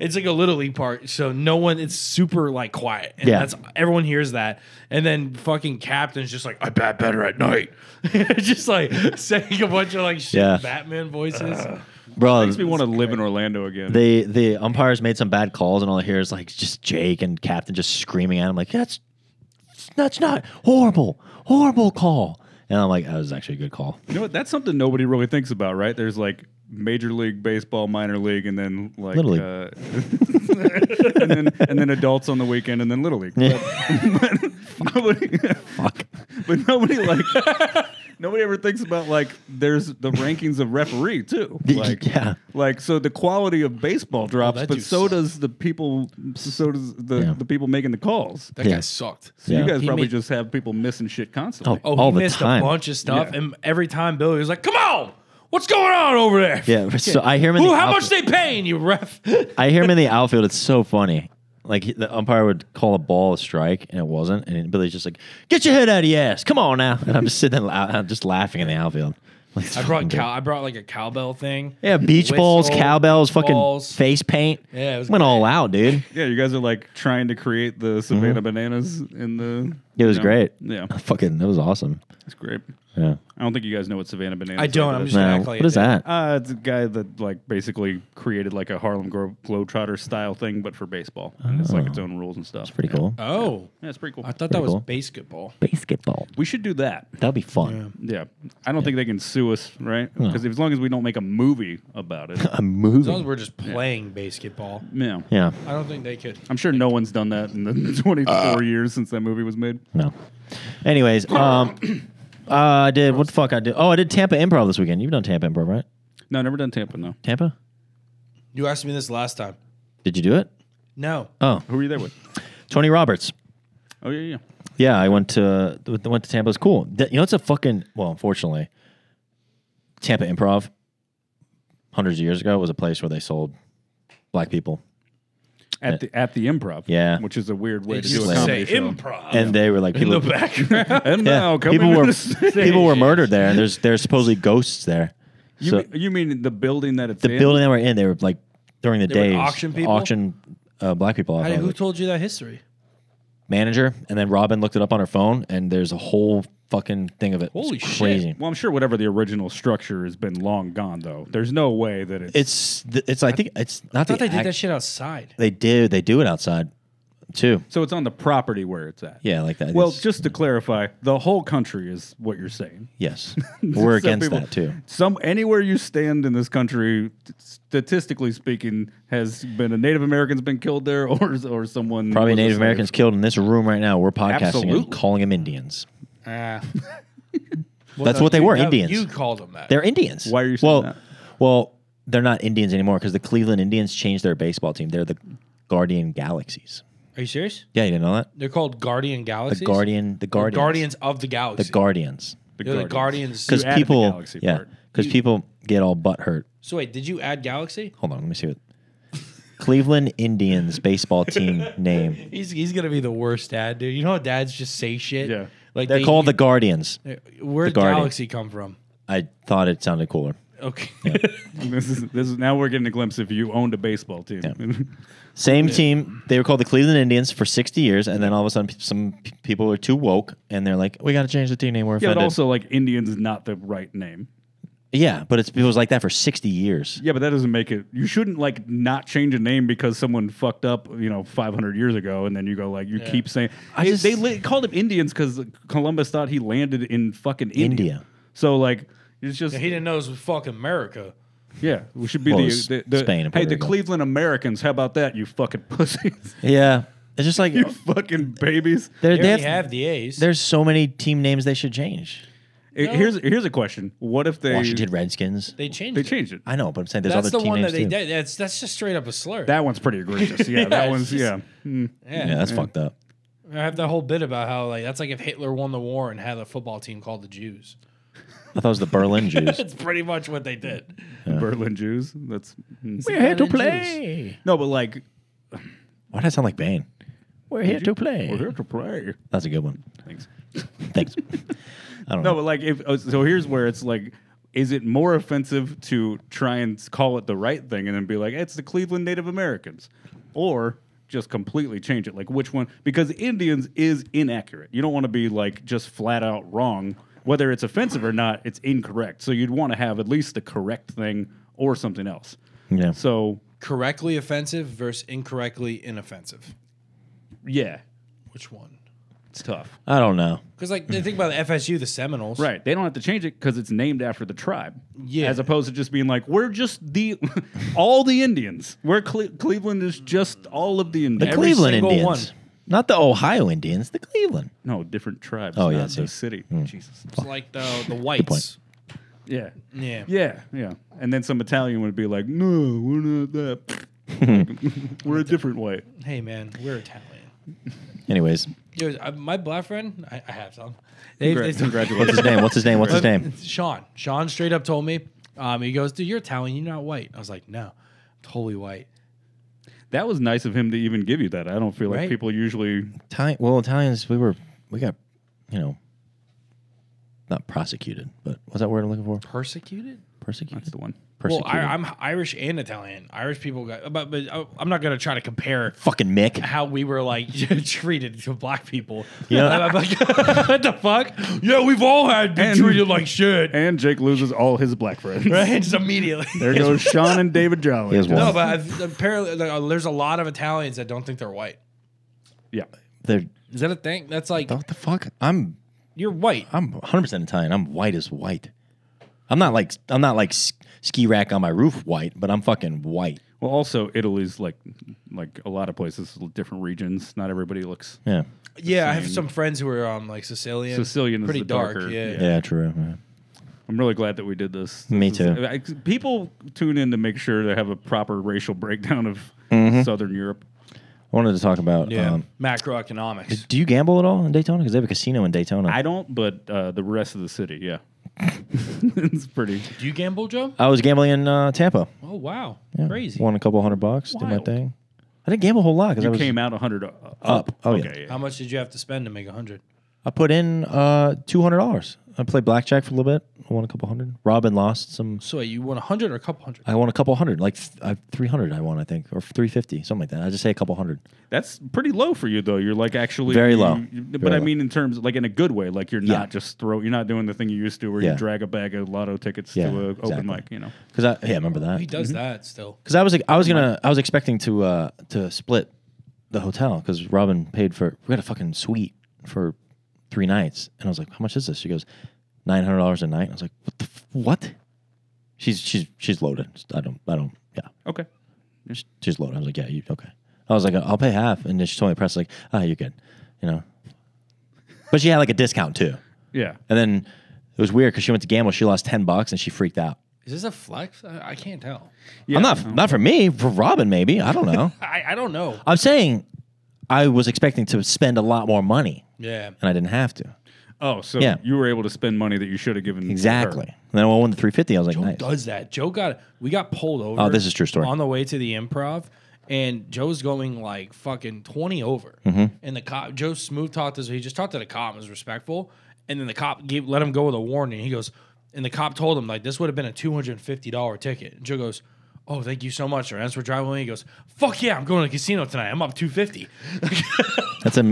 Speaker 2: It's like a little league part, so no one. It's super like quiet, and
Speaker 1: Yeah.
Speaker 2: that's everyone hears that. And then fucking captain's just like, "I bat better at night," just like saying a bunch of like shit
Speaker 1: Yeah. Uh,
Speaker 2: Batman voices.
Speaker 1: Bro,
Speaker 3: Makes me want to live in Orlando again.
Speaker 1: they the umpires made some bad calls and all I hear is like just Jake and Captain just screaming at him like that's that's not horrible, horrible call. And I'm like, that was actually a good call.
Speaker 3: you know what? That's something nobody really thinks about, right? There's like Major League Baseball, minor league, and then like
Speaker 1: Little League.
Speaker 3: Uh, and then and then adults on the weekend, and then Little League. But, but nobody,
Speaker 1: Fuck.
Speaker 3: but nobody like nobody ever thinks about like there's the rankings of referee too. Like,
Speaker 1: yeah. Oh,
Speaker 3: Like so, the quality of baseball drops,
Speaker 2: that
Speaker 3: but
Speaker 2: dude
Speaker 3: so
Speaker 2: sucked.
Speaker 3: does the people. So does the,
Speaker 1: Yeah.
Speaker 3: the people making the calls.
Speaker 2: That
Speaker 1: Yeah.
Speaker 2: guy sucked.
Speaker 3: So
Speaker 1: Yeah.
Speaker 3: you guys
Speaker 2: He
Speaker 3: probably
Speaker 2: made-
Speaker 3: just have people missing shit constantly.
Speaker 2: Oh,
Speaker 1: All
Speaker 2: he
Speaker 1: the
Speaker 2: missed
Speaker 1: time.
Speaker 2: a bunch of stuff,
Speaker 3: Yeah.
Speaker 2: and every time Billy was like, "Come on, what's going on over there?"
Speaker 1: Yeah, so I hear him. In
Speaker 2: Who,
Speaker 1: the
Speaker 2: how
Speaker 1: outfield-
Speaker 2: much they paying you, ref?
Speaker 1: I hear him in the outfield. It's so funny. Like he- the umpire would call a ball a strike, and it wasn't. And Billy's just like, "Get your head out of your ass! Come on now!" And I'm just sitting there, la- I'm just laughing in the outfield. Like, it's
Speaker 2: I brought
Speaker 1: fucking good.
Speaker 2: cow. I brought like a cowbell thing.
Speaker 1: Yeah, beach balls,
Speaker 2: Whistle,
Speaker 1: cowbells, fucking
Speaker 2: balls.
Speaker 1: face paint.
Speaker 2: Yeah, it was
Speaker 1: went
Speaker 2: great.
Speaker 1: all out, dude.
Speaker 3: Yeah, you guys are like trying to create the Savannah bananas in the.
Speaker 1: Mm-hmm. It was
Speaker 3: you know?
Speaker 1: great.
Speaker 3: Yeah,
Speaker 1: fucking, that was awesome.
Speaker 3: it's great.
Speaker 1: Yeah.
Speaker 3: I don't think you guys know what Savannah bananas.
Speaker 2: I don't.
Speaker 3: are,
Speaker 2: I'm
Speaker 3: but-
Speaker 2: just gonna
Speaker 1: Now,
Speaker 2: act like
Speaker 1: what
Speaker 2: I
Speaker 1: is
Speaker 2: did.
Speaker 1: that?
Speaker 3: Uh, it's a guy that like basically created like a Harlem Glo- Globetrotter style thing, but for baseball, and it's like its own rules and stuff. It's
Speaker 1: Oh. Pretty cool.
Speaker 2: Oh,
Speaker 3: Yeah, it's pretty cool.
Speaker 2: I thought that was
Speaker 1: cool.
Speaker 2: basketball.
Speaker 1: Basketball.
Speaker 3: we should do that.
Speaker 1: That'd be fun.
Speaker 3: Yeah, I don't think they can sue us, right? Because as long as we don't make a movie about it,
Speaker 1: A
Speaker 2: As long as
Speaker 1: movie.
Speaker 2: we're just playing basketball,
Speaker 3: yeah.
Speaker 1: Yeah.
Speaker 2: I don't think they could.
Speaker 3: I'm sure no one's done that in the 24
Speaker 1: Uh.
Speaker 3: years since that movie was made.
Speaker 1: No. Anyways, um, uh, I did what the fuck I did. Oh, I did Tampa Improv this weekend. You've done Tampa Improv, right?
Speaker 3: No, never done Tampa. No,
Speaker 1: Tampa?
Speaker 2: You asked me this last time.
Speaker 1: Did you do it?
Speaker 2: No,
Speaker 1: Oh,
Speaker 3: who were you there with?
Speaker 1: Tony Roberts.
Speaker 3: Oh yeah, yeah.
Speaker 1: Yeah, I went to went to Tampa. It's cool. That- you know, it's a fucking well. Unfortunately, Tampa Improv, hundreds of years ago, was a place where they sold black people,
Speaker 3: At the at the improv.
Speaker 1: Yeah.
Speaker 3: which is a weird way
Speaker 2: they
Speaker 3: to
Speaker 2: used
Speaker 3: do a
Speaker 2: to say
Speaker 3: comedy show.
Speaker 2: improv
Speaker 1: and they were like
Speaker 2: in
Speaker 1: people.
Speaker 2: the Oh, background.
Speaker 3: and
Speaker 1: yeah,
Speaker 3: now coming
Speaker 1: people
Speaker 3: to
Speaker 1: were
Speaker 3: the stage.
Speaker 1: people were murdered there, and there's there's supposedly ghosts there.
Speaker 3: You,
Speaker 1: so
Speaker 3: mean, you mean the building that it's
Speaker 1: the
Speaker 3: in?
Speaker 1: building that we're in, they were like during the
Speaker 2: would
Speaker 1: day
Speaker 2: auction people?
Speaker 1: auction uh, black people off.
Speaker 2: Hey,
Speaker 1: I was
Speaker 2: who
Speaker 1: like,
Speaker 2: told you that history?
Speaker 1: manager, and then Robin looked it up on her phone, and there's a whole fucking thing of it.
Speaker 2: Holy
Speaker 1: it's
Speaker 2: shit.
Speaker 1: crazy.
Speaker 3: Well, I'm sure whatever the original structure has been long gone, though. There's no way that it's.
Speaker 1: It's th- it's I think it's not
Speaker 2: I thought
Speaker 1: the
Speaker 2: they did
Speaker 1: act-
Speaker 2: that shit outside.
Speaker 1: They do. They do it outside, too.
Speaker 3: so it's on the property where it's at.
Speaker 1: Yeah, like that.
Speaker 3: Well,
Speaker 1: It's-
Speaker 3: just to clarify, the whole country is what you're saying.
Speaker 1: yes, we're
Speaker 3: Some
Speaker 1: against
Speaker 3: people-
Speaker 1: that too.
Speaker 3: Some anywhere you stand in this country, statistically speaking, has been a Native American's been killed there, or or someone
Speaker 1: Probably
Speaker 3: was a
Speaker 1: Native
Speaker 3: slave.
Speaker 1: Americans killed in this room right now. We're podcasting and
Speaker 3: Absolutely.
Speaker 1: calling them Indians.
Speaker 2: Ah.
Speaker 1: That's what they were, Indians.
Speaker 2: You called them that.
Speaker 1: They're Indians.
Speaker 3: Why are you saying
Speaker 1: well,
Speaker 3: that?
Speaker 1: Well, they're not Indians anymore because the Cleveland Indians changed their baseball team. They're the Guardian Galaxies.
Speaker 2: Are you serious?
Speaker 1: Yeah, you didn't know that.
Speaker 2: They're called Guardian Galaxies.
Speaker 1: The Guardian. The
Speaker 2: Or
Speaker 1: Guardians.
Speaker 2: Guardians of the Galaxy.
Speaker 1: The Guardians.
Speaker 3: The
Speaker 2: They're the Guardians.
Speaker 1: Because
Speaker 3: You added the
Speaker 1: people.
Speaker 3: galaxy
Speaker 1: Yeah.
Speaker 3: part.
Speaker 1: Because people get all butt hurt.
Speaker 2: So wait, did you add Galaxy?
Speaker 1: Hold on. Let me see what. Cleveland Indians baseball team name.
Speaker 2: He's he's gonna be the worst dad, dude. You know how dads just say shit.
Speaker 3: Yeah.
Speaker 2: like
Speaker 1: They're
Speaker 2: they-
Speaker 1: called the Guardians.
Speaker 2: Where
Speaker 1: the
Speaker 2: did
Speaker 1: Guardian.
Speaker 2: Galaxy come from?
Speaker 1: I thought it sounded cooler.
Speaker 2: Okay.
Speaker 3: this is this is now we're getting a glimpse if you owned a baseball team.
Speaker 1: Same team. They were called the Cleveland Indians for 60 years, and then all of a sudden, pe- some pe- people are too woke, and they're like, "We got to change the team name. We're
Speaker 3: yeah,
Speaker 1: offended."
Speaker 3: but also like Indians is not the right name.
Speaker 1: yeah, but it's, it was like that for 60 years.
Speaker 3: Yeah, but that doesn't make it. You shouldn't like not change a name because someone fucked up, you know, 500 years ago, and then you go like you keep saying
Speaker 1: I
Speaker 3: They-
Speaker 1: just-
Speaker 3: they li- called him Indians because Columbus thought he landed in fucking India.
Speaker 1: India.
Speaker 3: So like it's just
Speaker 2: He didn't know it was fucking America.
Speaker 3: yeah, we should be
Speaker 1: Well, it's
Speaker 3: the, the, the
Speaker 1: Spain and
Speaker 3: hey
Speaker 1: Puerto
Speaker 3: the
Speaker 1: Rico.
Speaker 3: Cleveland Americans. How about that? You fucking pussies,
Speaker 1: Yeah, it's just like
Speaker 3: you fucking babies.
Speaker 1: they're-
Speaker 2: They
Speaker 1: they
Speaker 2: already
Speaker 1: have-
Speaker 2: have the A's.
Speaker 1: there's so many team names they should change.
Speaker 3: Eh, Here's here's a question: What if they
Speaker 1: Washington Redskins.
Speaker 2: they changed.
Speaker 3: they
Speaker 2: it.
Speaker 3: changed it?
Speaker 1: I know, but I'm saying there's
Speaker 2: That's
Speaker 1: other
Speaker 2: the
Speaker 1: team
Speaker 2: one
Speaker 1: names
Speaker 2: that they
Speaker 1: too.
Speaker 2: did. That's that's just straight up a slur.
Speaker 3: That one's pretty egregious. Yeah,
Speaker 2: Yeah,
Speaker 3: that
Speaker 2: it's
Speaker 3: one's
Speaker 2: just-
Speaker 3: yeah. Mm.
Speaker 2: yeah.
Speaker 1: Yeah, that's fucked up.
Speaker 2: I have that whole bit about how like that's like if Hitler won the war and had a football team called the Jews.
Speaker 1: I thought it was the Berlin Jews.
Speaker 2: That's pretty much what they did.
Speaker 3: Berlin Jews. That's mm.
Speaker 1: We're here
Speaker 2: to play.
Speaker 3: no, but like
Speaker 1: Why does that sound like Bane? We're here to play.
Speaker 3: we're here to play.
Speaker 1: That's a good one.
Speaker 3: Thanks.
Speaker 1: Thanks. I don't
Speaker 3: No,
Speaker 1: know.
Speaker 3: but like if uh, so, here's where it's like. Is it more offensive to try and s- call it the right thing and then be like, it's the Cleveland Native Americans? Or just completely change it? Like, which one? Because Indians is inaccurate. You don't want to be like just flat out wrong. Whether it's offensive or not, it's incorrect. So you'd want to have at least the correct thing or something else.
Speaker 1: Yeah.
Speaker 3: So,
Speaker 2: Correctly offensive versus incorrectly inoffensive.
Speaker 3: yeah,
Speaker 2: Which one?
Speaker 3: it's tough.
Speaker 1: I don't know.
Speaker 2: Because like they think about the FSU, the Seminoles.
Speaker 3: Right. They don't have to change it because it's named after the tribe.
Speaker 2: Yeah.
Speaker 3: As opposed to just being like, we're just the, all the Indians. We're Cle- Cleveland is just all of the
Speaker 1: The
Speaker 3: Indians.
Speaker 2: Every
Speaker 1: Cleveland
Speaker 2: single
Speaker 1: Indians.
Speaker 2: one.
Speaker 1: Not the Ohio Indians, the Cleveland.
Speaker 3: no, different tribes.
Speaker 1: Oh,
Speaker 3: Oh,
Speaker 1: yeah,
Speaker 3: yeah.
Speaker 1: see.
Speaker 3: The city. Jesus.
Speaker 2: It's like the the whites.
Speaker 3: Yeah.
Speaker 2: Yeah.
Speaker 3: Yeah. Yeah. And then some Italian would be like, no, we're not that. we're a different way.
Speaker 2: Hey man, we're Italian.
Speaker 1: Anyways,
Speaker 2: Dude, I, my black friend, I, I have some. They,
Speaker 3: Congra-
Speaker 2: they,
Speaker 1: what's
Speaker 3: Congratulations.
Speaker 1: his name? What's his name? What's his name?
Speaker 2: Sean. Sean straight up told me. Um, he goes, "Dude, you're Italian. You're not white." I was like, "No, I'm totally white."
Speaker 3: that was nice of him to even give you that. I don't feel like
Speaker 2: Right.
Speaker 3: people usually.
Speaker 1: Italian. Well, Italians. We were. We got. You know. Not prosecuted, but what's that word I'm looking for?
Speaker 2: Persecuted?
Speaker 1: Persecuted.
Speaker 3: That's the one.
Speaker 2: Well,
Speaker 1: Persecuted.
Speaker 2: I, I'm Irish and Italian. Irish people got, but, but uh, I'm not gonna try to compare
Speaker 1: Fucking Mick.
Speaker 2: how we were like treated to black people.
Speaker 1: Yeah.
Speaker 2: I'm like, what the fuck? Yeah, we've all had been
Speaker 3: And-
Speaker 2: treated like shit.
Speaker 3: And Jake loses all his black friends.
Speaker 2: Right? Just immediately.
Speaker 3: There goes Sean and David Jolly.
Speaker 1: Here's
Speaker 2: No,
Speaker 1: one.
Speaker 2: but I've, apparently like, uh, there's a lot of Italians that don't think they're white.
Speaker 3: Yeah.
Speaker 1: They're,
Speaker 2: Is that a thing? That's like
Speaker 1: what the fuck? I'm
Speaker 2: you're white.
Speaker 1: I'm 100% Italian. I'm white as white. I'm not like I'm not like s- ski rack on my roof white, but I'm fucking white.
Speaker 3: Well, also Italy's like like a lot of places, different regions. Not everybody looks
Speaker 1: Yeah.
Speaker 2: Yeah, I have some friends who are um like Sicilian.
Speaker 3: Sicilian.
Speaker 2: pretty
Speaker 3: is the
Speaker 2: dark.
Speaker 3: darker.
Speaker 2: Yeah.
Speaker 1: Yeah, true. yeah.
Speaker 3: I'm really glad that we did this.
Speaker 1: Me
Speaker 3: This is-
Speaker 1: too.
Speaker 3: I- people tune in to make sure they have a proper racial breakdown of
Speaker 1: Mm-hmm.
Speaker 3: Southern Europe.
Speaker 1: I wanted to talk about
Speaker 2: Yeah.
Speaker 1: um,
Speaker 2: Macroeconomics.
Speaker 1: do you gamble at all in Daytona? Because they have a casino in Daytona.
Speaker 3: I
Speaker 1: I,
Speaker 3: don't, but uh, the rest of the city, yeah, it's pretty.
Speaker 2: Do you gamble, Joe?
Speaker 1: was gambling in uh, Tampa.
Speaker 2: Oh wow,
Speaker 1: Yeah.
Speaker 2: crazy.
Speaker 1: Won a couple hundred bucks. Did my
Speaker 3: Wild.
Speaker 1: thing. I didn't gamble a whole lot because I
Speaker 3: You
Speaker 1: was
Speaker 3: came out 100 up.
Speaker 1: up. Oh yeah.
Speaker 3: Okay,
Speaker 2: How much did you have to spend to make a hundred?
Speaker 1: I put in uh, two hundred dollars. I played blackjack for a little bit. I won a couple hundred. Robin lost some.
Speaker 2: So wait, you won a hundred or a couple hundred?
Speaker 1: I won a couple hundred, like th- uh, three hundred. I won, I think, or three fifty, something like that. I just say a couple hundred.
Speaker 3: that's pretty low for you though. You're like actually
Speaker 1: Very low.
Speaker 3: you- you- but
Speaker 1: Very
Speaker 3: I
Speaker 1: low.
Speaker 3: mean in terms like in a good way. Like you're
Speaker 1: Yeah.
Speaker 3: not just throw. You're not doing the thing you used to where
Speaker 1: Yeah.
Speaker 3: you drag a bag of lotto tickets
Speaker 1: Yeah,
Speaker 3: to a
Speaker 1: exactly.
Speaker 3: open mic. You know.
Speaker 1: Because I yeah, I remember that. Mm-hmm.
Speaker 2: He does that still.
Speaker 1: Because I was I was gonna I was expecting to uh to split the hotel because Robin paid for we got a fucking suite for three nights and I was like how much is this she goes nine hundred dollars a night I was like what the f- what she's she's she's loaded I don't I don't yeah
Speaker 3: Okay.
Speaker 1: Sh- she's loaded I was like yeah you okay I was like I'll pay half and then she told me press like ah you're good you know but she had like a discount too
Speaker 3: Yeah.
Speaker 1: and then it was weird because she went to gamble she lost ten bucks and she freaked out
Speaker 2: Is this a flex? I, I can't tell.
Speaker 3: Yeah.
Speaker 1: I'm not not for me for Robin maybe I don't know.
Speaker 2: I, I don't know.
Speaker 1: I'm saying I was expecting to spend a lot more money,
Speaker 2: Yeah.
Speaker 1: and I didn't have to.
Speaker 3: Oh, so
Speaker 1: Yeah.
Speaker 3: you were able to spend money that you should have given. her.
Speaker 1: Exactly. And then when I won the 350, I was like,
Speaker 2: Joe
Speaker 1: nice.
Speaker 2: does that. Joe got we got pulled over.
Speaker 1: Oh, this is true story.
Speaker 2: On the way to the improv, and Joe's going like fucking twenty over,
Speaker 1: Mm-hmm.
Speaker 2: and the cop Joe smooth talked this. He just talked to the cop, and was respectful, and then the cop gave, let him go with a warning. He goes, And the cop told him, like, this would have been a $250 ticket. And Joe goes, Oh, thank you so much. sir." And as we're driving away, he goes, Fuck yeah, I'm going to the casino tonight. I'm up 250
Speaker 1: That's a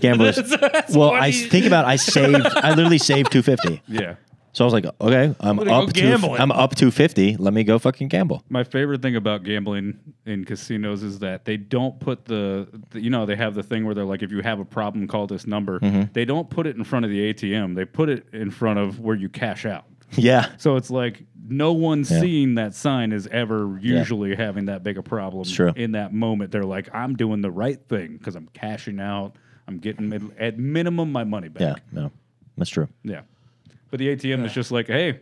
Speaker 1: gambler's.
Speaker 2: that's
Speaker 1: well, I
Speaker 2: funny.
Speaker 1: think about I saved. I literally saved two fifty.
Speaker 3: Yeah.
Speaker 1: So I was like, okay, I'm
Speaker 2: gonna go
Speaker 1: up to
Speaker 2: gambling.
Speaker 1: I'm up two fifty. Let me go fucking gamble.
Speaker 3: My favorite thing about gambling in casinos is that they don't put the, the- you know, they have the thing where they're like, if you have a problem, call this number.
Speaker 1: Mm-hmm.
Speaker 3: They don't put it in front of the ATM. They put it in front of where you cash out.
Speaker 1: Yeah,
Speaker 3: So it's like no one seeing that sign is ever usually having that big a problem.
Speaker 1: true.
Speaker 3: In that moment, they're like, I'm doing the right thing because I'm cashing out. I'm getting mid- at minimum my money
Speaker 1: yeah,
Speaker 3: back.
Speaker 1: no, that's true.
Speaker 3: Yeah. But the ATM is just like, hey,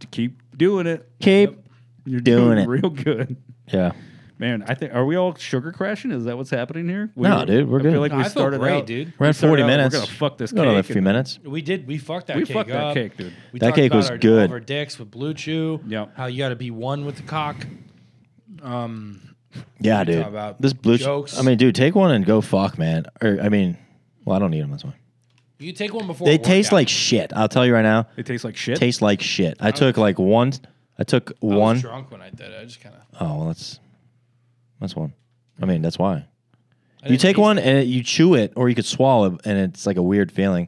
Speaker 3: t- keep doing it.
Speaker 1: Keep
Speaker 3: You're
Speaker 1: doing it.
Speaker 3: real good.
Speaker 1: Yeah,
Speaker 3: Man, I think are we all sugar crashing? Is that what's happening here? We,
Speaker 1: No, dude, we're
Speaker 3: I
Speaker 1: good.
Speaker 3: Feel like
Speaker 2: No, I
Speaker 3: we
Speaker 2: feel
Speaker 3: started
Speaker 2: great,
Speaker 3: out,
Speaker 2: dude.
Speaker 1: we're
Speaker 3: we
Speaker 1: at
Speaker 3: started
Speaker 1: forty
Speaker 3: out,
Speaker 1: minutes.
Speaker 3: We're gonna fuck this
Speaker 1: We got another
Speaker 3: cake.
Speaker 1: few
Speaker 3: and-
Speaker 1: minutes.
Speaker 2: We did. We fucked that
Speaker 3: We
Speaker 2: cake
Speaker 3: fucked that
Speaker 2: up.
Speaker 3: cake, dude.
Speaker 2: We
Speaker 1: That
Speaker 2: talked
Speaker 1: cake
Speaker 2: about
Speaker 1: was
Speaker 2: our,
Speaker 1: good.
Speaker 2: All of our dicks with Blue Chew.
Speaker 3: Yep.
Speaker 2: How you got to be one with the cock.
Speaker 1: Yeah, dude.
Speaker 2: talk about
Speaker 1: this blue.
Speaker 2: jokes.
Speaker 1: I mean, dude, take one and go fuck, man. Or I mean, well, I don't need them. That's one.
Speaker 2: You take one before.
Speaker 1: They
Speaker 2: a
Speaker 1: taste
Speaker 2: workout.
Speaker 1: like shit. I'll tell you right now.
Speaker 3: It tastes like shit.
Speaker 1: Taste like shit. I took like one. I took
Speaker 2: I was
Speaker 1: one.
Speaker 2: drunk when I did it. I just kind of.
Speaker 1: Oh well, that's that's one. I mean, that's why. You take one and you chew it, or you could swallow, it, and it's like a weird feeling.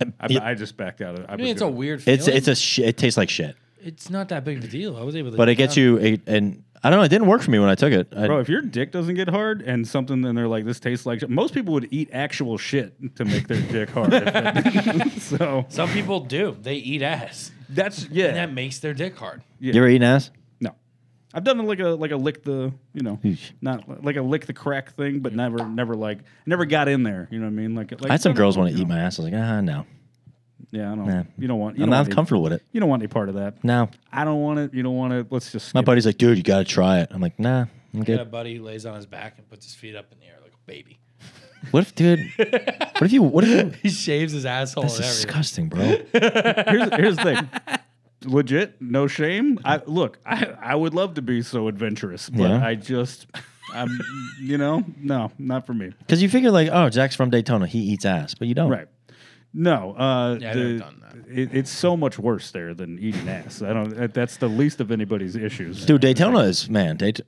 Speaker 3: I, I just backed out. of-
Speaker 2: I
Speaker 3: I was
Speaker 2: mean, it's a
Speaker 3: gonna-
Speaker 2: weird. Feeling.
Speaker 1: It's it's a sh- it tastes like shit,
Speaker 2: It's not that big of a deal. I was able to.
Speaker 1: but it gets you. A, and I don't know. It didn't work for me when I took it. I,
Speaker 3: Bro, if your dick doesn't get hard and something, then they're like, this tastes like shit. Most people would eat actual shit to make their dick hard. so
Speaker 2: Some people do. They eat ass,
Speaker 3: that's,
Speaker 2: and
Speaker 3: yeah.
Speaker 2: that makes their dick hard.
Speaker 1: You ever eaten ass?
Speaker 3: No. I've done like a like a lick the you know
Speaker 1: Eesh.
Speaker 3: not like a lick the crack thing, but never never like never got in there. You know what I mean? Like, like
Speaker 1: I had some
Speaker 3: no,
Speaker 1: girls
Speaker 3: no,
Speaker 1: want to
Speaker 3: no.
Speaker 1: eat my ass. I was like, ah, no,
Speaker 3: Yeah, I don't.
Speaker 1: Nah.
Speaker 3: You don't want. You
Speaker 1: I'm
Speaker 3: don't
Speaker 1: not
Speaker 3: want
Speaker 1: comfortable with it.
Speaker 3: Any, you don't want any part of that.
Speaker 1: No,
Speaker 3: I don't want it. You don't want it. Let's just.
Speaker 1: my
Speaker 3: skip
Speaker 1: buddy's like, dude, you gotta try it. I'm like, nah, I'm
Speaker 2: Got a
Speaker 1: good.
Speaker 2: buddy who lays on his back and puts his feet up in the air like a baby.
Speaker 1: What if, dude? What if you? What if you?
Speaker 2: He shaves his asshole
Speaker 1: That's
Speaker 2: and everything.
Speaker 1: disgusting, bro.
Speaker 3: it. Here's, here's the thing. Legit, no shame. I look. I I would love to be so adventurous, but
Speaker 1: Yeah.
Speaker 3: I just, I'm. You know, no, not for me.
Speaker 1: Because you figure like, oh, Jack's from Daytona, he eats ass, but you don't.
Speaker 3: Right. No. Uh,
Speaker 2: Yeah, I've
Speaker 3: the-
Speaker 2: done that.
Speaker 3: It, it's so much worse there than eating ass. I don't. that- That's the least of anybody's issues.
Speaker 1: Dude, Daytona is man. Dayt-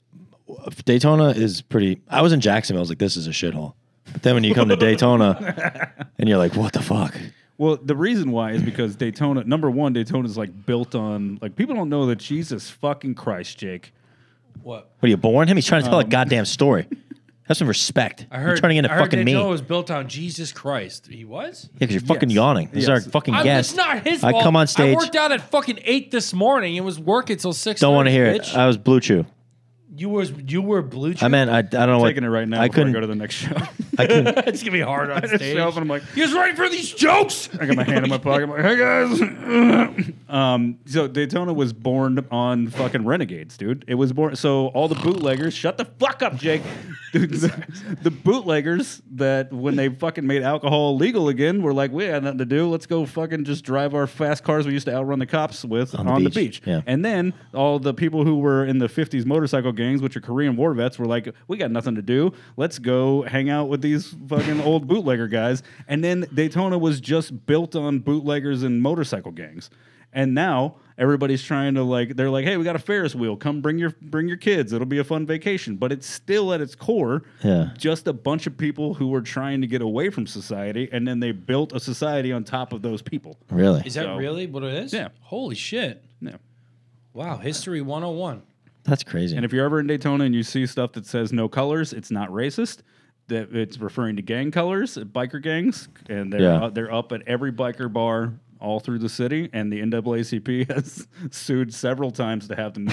Speaker 1: Daytona is pretty. I was in Jacksonville. I was like, this is a shithole. But then when you come to Daytona, and you're like, what the fuck?
Speaker 3: Well, the reason why is because Daytona, number one, Daytona is like built on, like, people don't know that Jesus fucking Christ, Jake.
Speaker 2: What?
Speaker 1: What are you born him? He's trying to tell a goddamn story. Have some respect.
Speaker 2: Um, I heard.
Speaker 1: you're turning into
Speaker 2: I heard
Speaker 1: fucking me.
Speaker 2: Daytona
Speaker 1: Yeah,
Speaker 2: was built on Jesus Christ. He was.
Speaker 1: because you're fucking
Speaker 3: Yes.
Speaker 1: yawning. These
Speaker 3: Yes.
Speaker 1: are fucking
Speaker 2: I,
Speaker 1: guests.
Speaker 2: It's not his
Speaker 1: I
Speaker 2: fault.
Speaker 1: come on
Speaker 2: I
Speaker 1: stage.
Speaker 2: worked out at fucking eight this morning and was working till six.
Speaker 1: Don't want to hear
Speaker 2: bitch.
Speaker 1: it. Uh, I was blue chew.
Speaker 2: You was you were blue.
Speaker 1: I meant I, I don't know what.
Speaker 3: Taking it right now.
Speaker 1: I
Speaker 3: before
Speaker 1: couldn't.
Speaker 3: I go to the next show.
Speaker 1: I couldn't.
Speaker 2: it's gonna be hard on
Speaker 3: I show up and I'm like,
Speaker 2: You guys ready for these jokes?
Speaker 3: I got my hand in my pocket. I'm like, hey guys. um, so Daytona was born on fucking renegades, dude. It was born. So all the bootleggers, shut the fuck up, Jake. Dude, the, the bootleggers that when they fucking made alcohol legal again were like, we had nothing to do. Let's go fucking just drive our fast cars we used to outrun the cops with on,
Speaker 1: the
Speaker 3: the
Speaker 1: beach,
Speaker 3: beach.
Speaker 1: yeah.
Speaker 3: And then all the people who were in the 50s motorcycle gangs, which are Korean war vets, were like, we got nothing to do. Let's go hang out with these fucking old bootlegger guys. And then Daytona was just built on bootleggers and motorcycle gangs. And now everybody's trying to like they're like, hey, we got a Ferris wheel. Come bring your bring your kids. It'll be a fun vacation. But it's still at its core
Speaker 1: Yeah.
Speaker 3: just a bunch of people who were trying to get away from society, and then they built a society on top of those people.
Speaker 1: Really?
Speaker 2: Is that
Speaker 3: So-
Speaker 2: really what it is?
Speaker 3: Yeah.
Speaker 2: Holy shit!
Speaker 3: Yeah.
Speaker 2: Wow, history 101.
Speaker 1: That's crazy.
Speaker 3: And if you're ever in Daytona and you see stuff that says no colors, it's not racist. That it's referring to gang colors, biker gangs, and they're
Speaker 1: Yeah.
Speaker 3: uh, they're up at every biker bar all through the city. And the NAACP has sued several times to have them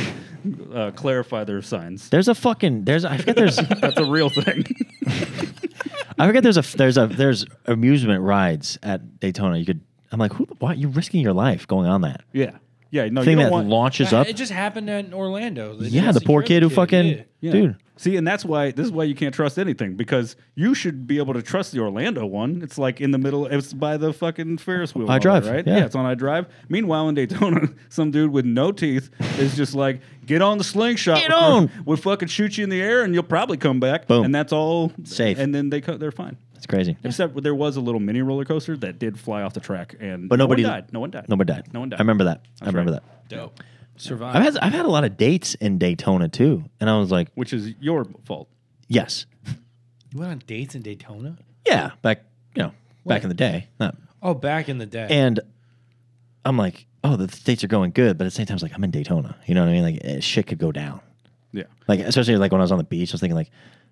Speaker 3: uh, clarify their signs.
Speaker 1: there's a fucking. There's. I forget. There's.
Speaker 3: That's a real thing.
Speaker 1: I forget there's a there's a there's amusement rides at Daytona. You could I'm like, who the why you're risking your life going on that?
Speaker 3: yeah, yeah. No, you
Speaker 1: Thing
Speaker 3: don't
Speaker 1: that
Speaker 3: want,
Speaker 1: launches up.
Speaker 2: It just happened in Orlando. They
Speaker 1: Yeah,
Speaker 2: did
Speaker 1: the poor
Speaker 2: security
Speaker 1: kid who fucking
Speaker 2: yeah.
Speaker 3: Yeah.
Speaker 1: dude.
Speaker 3: See, and that's why this is why you can't trust anything because you should be able to trust the Orlando one. It's like in the middle. It's by the fucking Ferris wheel. and all that,
Speaker 1: iDrive,
Speaker 3: right?
Speaker 1: yeah.
Speaker 3: it's on iDrive. Meanwhile, in Daytona, some dude with no teeth is just like, "Get on the slingshot.
Speaker 1: Get
Speaker 3: We'll-
Speaker 1: on."
Speaker 3: We'll fucking shoot you in the air, and you'll probably come back.
Speaker 1: Boom.
Speaker 3: And that's all
Speaker 1: Safe.
Speaker 3: And then they co- they're fine.
Speaker 1: It's crazy.
Speaker 3: Except there was a little mini roller coaster that did fly off the track, and
Speaker 1: But nobody
Speaker 3: no one died. No one died.
Speaker 1: No one died.
Speaker 3: No one died.
Speaker 1: I remember that. I
Speaker 3: That's
Speaker 1: remember
Speaker 3: right.
Speaker 1: that.
Speaker 2: Dope.
Speaker 1: I've
Speaker 2: Survive.
Speaker 1: had I've had a lot of dates in Daytona too, and I was like,
Speaker 3: which is your fault.
Speaker 1: yes,
Speaker 2: You went on dates in Daytona?
Speaker 1: yeah, back you know back in the day, not
Speaker 2: Oh, back in the day.
Speaker 1: And I'm like, oh, the states are going good, but at the same time, it's like I'm in Daytona. You know what I mean? Like eh, shit could go down.
Speaker 3: Yeah.
Speaker 1: Like especially like when I was on the beach, I was thinking like,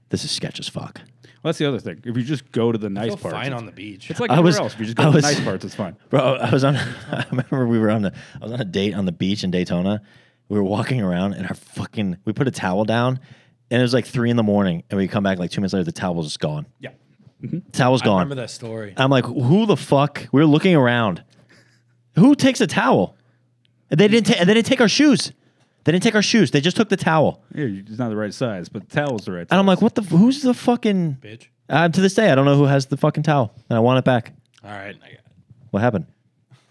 Speaker 1: this is sketch as fuck.
Speaker 3: Well, that's the other thing. If you just go to the
Speaker 2: I
Speaker 3: nice
Speaker 2: feel
Speaker 3: parts,
Speaker 2: fine
Speaker 3: it's-
Speaker 2: on the beach.
Speaker 3: it's like
Speaker 1: I
Speaker 3: everywhere
Speaker 1: was-
Speaker 3: else. If you just
Speaker 1: I
Speaker 3: go to the
Speaker 1: was-
Speaker 3: nice parts, it's fine.
Speaker 1: Bro, I was on. I remember we were on the. I was on a date on the beach in Daytona. We were walking around, and our fucking. We put a towel down, and it was like three in the morning, and we come back like two minutes later, the towel was just gone.
Speaker 3: Yeah.
Speaker 1: Towel's
Speaker 2: I
Speaker 1: gone.
Speaker 2: remember that story.
Speaker 1: I'm like, who the fuck? We were looking around. Who takes a towel? And They didn't. Ta- and they didn't take our shoes. They didn't take our shoes. They just took the towel.
Speaker 3: Yeah, you- it's not the right size, but the towel's the right
Speaker 1: And
Speaker 3: size.
Speaker 1: I'm like, what the? f- Who's the fucking?
Speaker 2: Bitch.
Speaker 1: Uh, to this day, I don't know who has the fucking towel, and I want it back.
Speaker 2: All right. I got
Speaker 1: What happened?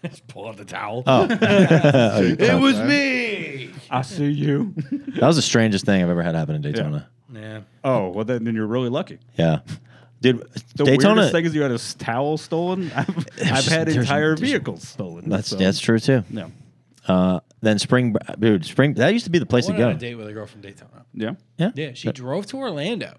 Speaker 2: Just pull out the towel.
Speaker 1: Oh,
Speaker 2: it was me.
Speaker 3: I see you.
Speaker 1: that was the strangest thing I've ever had happen in Daytona.
Speaker 2: Yeah.
Speaker 3: oh, well, then, then you're really lucky.
Speaker 1: Yeah, dude,
Speaker 3: The
Speaker 1: Daytona.
Speaker 3: weirdest thing is you had a s- towel stolen. I've, I've
Speaker 1: just-
Speaker 3: had
Speaker 1: there's-
Speaker 3: entire
Speaker 1: there's-
Speaker 3: vehicles stolen.
Speaker 1: that's
Speaker 3: so-
Speaker 1: that's true too.
Speaker 3: No.
Speaker 1: Uh, then spring, Br- dude, spring. That used to be the place to
Speaker 2: I went on
Speaker 1: go.
Speaker 2: a date with a girl from Daytona.
Speaker 3: Yeah.
Speaker 1: Yeah,
Speaker 2: Yeah, she drove to Orlando.